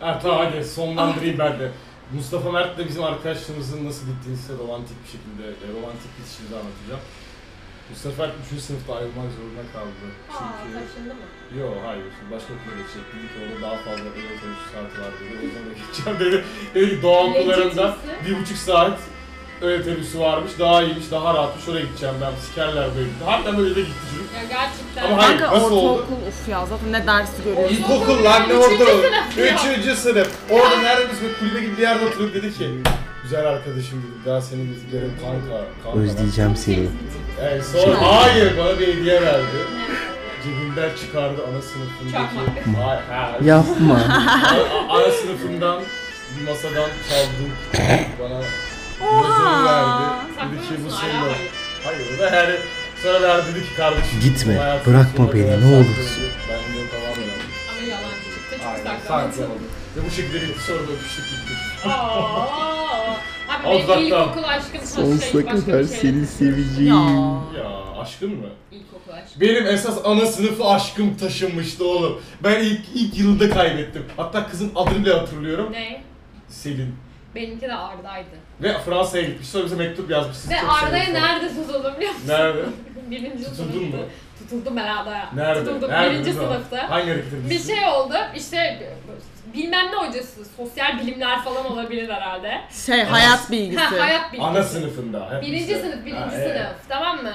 Speaker 2: Ha, tamam hadi sonlandırayım ben de. Mustafa Mert de bizim arkadaşlığımızın nasıl bittiğini size romantik bir şekilde, e, romantik bitişimizi anlatacağım. Mustafa Mert 3. sınıfta ayrılmak zorunda kaldı.
Speaker 4: Aa,
Speaker 2: Çünkü...
Speaker 4: taşındı mı?
Speaker 2: Yo hayır, şimdi başka okula geçecek. Dedi ki orada daha fazla bir otobüs saati var dedi. O zaman geçeceğim dedi. Dedi ki doğa okullarında
Speaker 4: Lezzetisi.
Speaker 2: bir buçuk saat öyle otobüsü varmış. Daha iyiymiş, daha rahatmış. Oraya gideceğim ben. Sikerler böyle. Harbiden öyle de gitti çocuk.
Speaker 4: Ya gerçekten.
Speaker 2: Ama hayır,
Speaker 1: Kanka
Speaker 2: nasıl oldu?
Speaker 1: ortaokul uf ya zaten ne dersi görüyorsun.
Speaker 2: İlkokul lan ne
Speaker 4: Üçüncü
Speaker 2: oldu?
Speaker 4: sınıf ya.
Speaker 2: Üçüncü sınıf. Orada neredeyse bir kulübe gibi bir yerde oturup dedi ki Güzel arkadaşım dedi daha seni bizlerim kanka. kanka.
Speaker 5: Özleyeceğim seni.
Speaker 2: Evet, sonra hayır bana bir hediye verdi. Cebinden çıkardı ana sınıfındaki.
Speaker 4: Çakmak.
Speaker 2: Hayır, ha.
Speaker 5: Yapma.
Speaker 2: A- Ana sınıfından bir masadan çaldım bana.
Speaker 1: Oha.
Speaker 2: Oha. verdi.
Speaker 4: Saklıyor
Speaker 2: Dedi ki bu
Speaker 4: musun?
Speaker 2: senin.
Speaker 4: Hala
Speaker 2: olsun."
Speaker 4: hayır.
Speaker 2: Hayır o da yani sonra verdi dedi ki kardeşim.
Speaker 5: Gitme,
Speaker 2: bu hayatın
Speaker 5: bırakma
Speaker 2: sonuna
Speaker 5: beni,
Speaker 2: kadar
Speaker 5: ne
Speaker 2: saklı
Speaker 5: olursun."
Speaker 2: dedi. Ben de tamam ya.
Speaker 4: Ama yalancı çıktı. Çok
Speaker 2: Aynen
Speaker 4: saklamadı.
Speaker 2: saklamadım. Ve bu şekilde bir soru da öpüştük gittik.
Speaker 4: Aa. Abi
Speaker 2: Al
Speaker 4: benim
Speaker 2: zaten.
Speaker 4: ilkokul aşkım taş şey,
Speaker 5: Sonsuza
Speaker 4: başka
Speaker 5: kadar
Speaker 4: bir şey.
Speaker 5: seni seveceğim.
Speaker 1: Ya.
Speaker 2: Ya aşkın mı?
Speaker 4: İlkokul aşkım.
Speaker 2: Benim esas ana sınıfı aşkım taşınmıştı oğlum. Ben ilk ilk yılında kaybettim. Hatta kızın adını bile hatırlıyorum.
Speaker 4: Ne?
Speaker 2: Selin.
Speaker 4: Benimki de Arda'ydı.
Speaker 2: Ve Fransa'ya gitmiş. Sonra bize mektup yazmış. Sizi
Speaker 4: Ve
Speaker 2: çok
Speaker 4: Arda'ya
Speaker 2: seviyorum.
Speaker 4: nerede tutuldum biliyor musun?
Speaker 2: Nerede?
Speaker 4: Birinci
Speaker 2: Tutuldun
Speaker 4: sınıfta.
Speaker 2: mu?
Speaker 4: Tutuldum ben Arda'ya.
Speaker 2: Nerede?
Speaker 4: Tutuldum
Speaker 2: Nerede?
Speaker 4: birinci
Speaker 2: Tamam.
Speaker 4: sınıfta.
Speaker 2: Hangi hareket edildi?
Speaker 4: Bir şey oldu işte bilmem ne hocası sosyal bilimler falan olabilir herhalde.
Speaker 1: Şey hayat bilgisi.
Speaker 4: Ha hayat bilgisi.
Speaker 2: Ana sınıfında. hep
Speaker 4: Birinci
Speaker 2: işte.
Speaker 4: sınıf, birinci
Speaker 2: Ha,
Speaker 4: sınıf.
Speaker 2: evet.
Speaker 4: Tamam mı?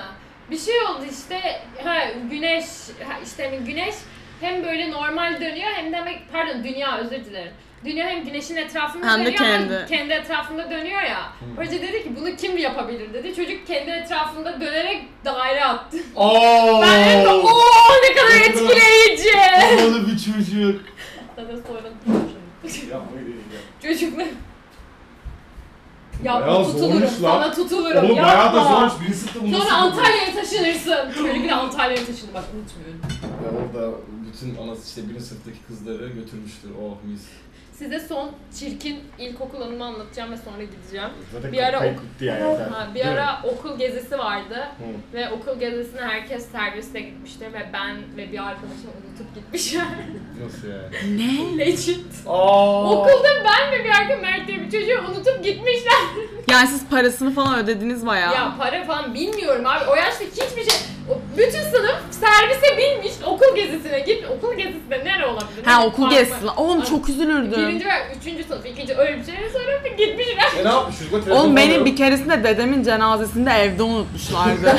Speaker 4: Bir şey oldu işte, ha, güneş, ha, işte hani güneş hem böyle normal dönüyor hem de ama- pardon dünya özür dilerim. Dünya hem güneşin etrafında
Speaker 1: Hem de
Speaker 4: dönüyor ama
Speaker 1: kendi.
Speaker 4: kendi etrafında dönüyor ya.
Speaker 2: Hmm.
Speaker 4: Hoca dedi ki bunu kim yapabilir dedi. Çocuk kendi etrafında dönerek daire attı.
Speaker 2: Oo.
Speaker 4: Ben dedim ki ooo ne kadar
Speaker 2: Ne kadar-
Speaker 4: etkileyici.
Speaker 2: Havalı bir çocuk.
Speaker 4: Zaten sonra
Speaker 2: Yapmayı deneyim ya.
Speaker 4: çocukla
Speaker 2: Bayağı
Speaker 4: ya tutulurum.
Speaker 2: zormuş lan.
Speaker 4: Sana tutulurum.
Speaker 2: Oğlum bayağı da
Speaker 4: yapma.
Speaker 2: zormuş. Birinci sınıfta bunu
Speaker 4: Sonra
Speaker 2: nasıl-
Speaker 4: Antalya'ya taşınırsın. Çocuk bir de Antalya'ya taşındı bak unutmuyorum.
Speaker 2: Ya orada bütün ana işte birinci sınıftaki kızları götürmüştür. Oh mis.
Speaker 4: Size son çirkin ilkokul anımı anlatacağım ve sonra gideceğim.
Speaker 2: Zaten
Speaker 4: Bir ara
Speaker 2: kayıp
Speaker 4: ok-
Speaker 2: gitti yani. zaten.
Speaker 4: Ha, bir
Speaker 2: Değil mi?
Speaker 4: ara okul gezisi vardı
Speaker 2: Hı.
Speaker 4: ve okul gezisine herkes servisle gitmişti ve ben ve bir arkadaşım unutup gitmişler.
Speaker 2: Nasıl yani?
Speaker 1: Ne?
Speaker 4: Legit.
Speaker 2: Aa.
Speaker 4: Okulda ben ve bir arkadaşım Mert diye bir çocuğu unutup gitmişler.
Speaker 1: Yani siz parasını falan ödediniz bayağı.
Speaker 4: Ya para falan bilmiyorum abi. O yaşta hiçbir şey... O, bütün sınıf servise binmiş okul gezisine gitmiş. Okul gezisinde nere olabilir?
Speaker 1: ha
Speaker 4: Hani
Speaker 1: okul
Speaker 4: park-
Speaker 1: gezsin. lan. Oğlum
Speaker 4: Ay,
Speaker 1: çok üzülürdüm.
Speaker 4: Birinci ve üçüncü sınıf, ikinci öyle bir şey sonra bir gitmişler.
Speaker 2: E ne yapmış çocuk? O telefonu
Speaker 1: Oğlum beni
Speaker 2: alıyor.
Speaker 1: bir keresinde dedemin cenazesinde evde unutmuşlardı.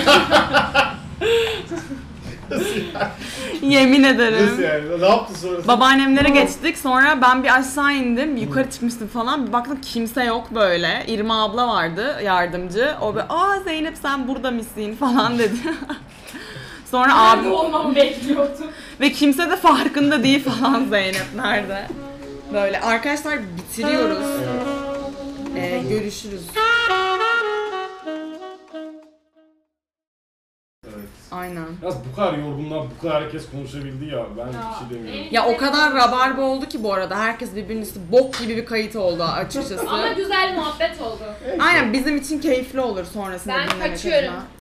Speaker 1: Yemin
Speaker 2: Nasıl
Speaker 1: ederim.
Speaker 2: yani? Ne yaptı sonra?
Speaker 1: Babaannemlere geçtik sonra ben bir aşağı indim yukarı çıkmıştım falan bir baktım kimse yok böyle. İrma abla vardı yardımcı o böyle aa Zeynep sen burada misin falan dedi. sonra abi
Speaker 4: olmamı bekliyordum.
Speaker 1: ve kimse de farkında değil falan Zeynep nerede. Böyle arkadaşlar bitiriyoruz. Ee, görüşürüz.
Speaker 2: Evet.
Speaker 1: Aynen.
Speaker 2: Yalnız bu kadar yorgunlar, bu kadar herkes konuşabildi ya. Ben
Speaker 4: Ya,
Speaker 2: bir şey demiyorum.
Speaker 1: Ya o kadar rabarba oldu ki bu arada. Herkes birbirinizi bok gibi bir kayıt oldu açıkçası.
Speaker 4: Ama güzel muhabbet oldu.
Speaker 1: Aynen bizim için keyifli olur sonrasında
Speaker 4: Ben
Speaker 1: dinlemek
Speaker 4: kaçıyorum.
Speaker 1: adına.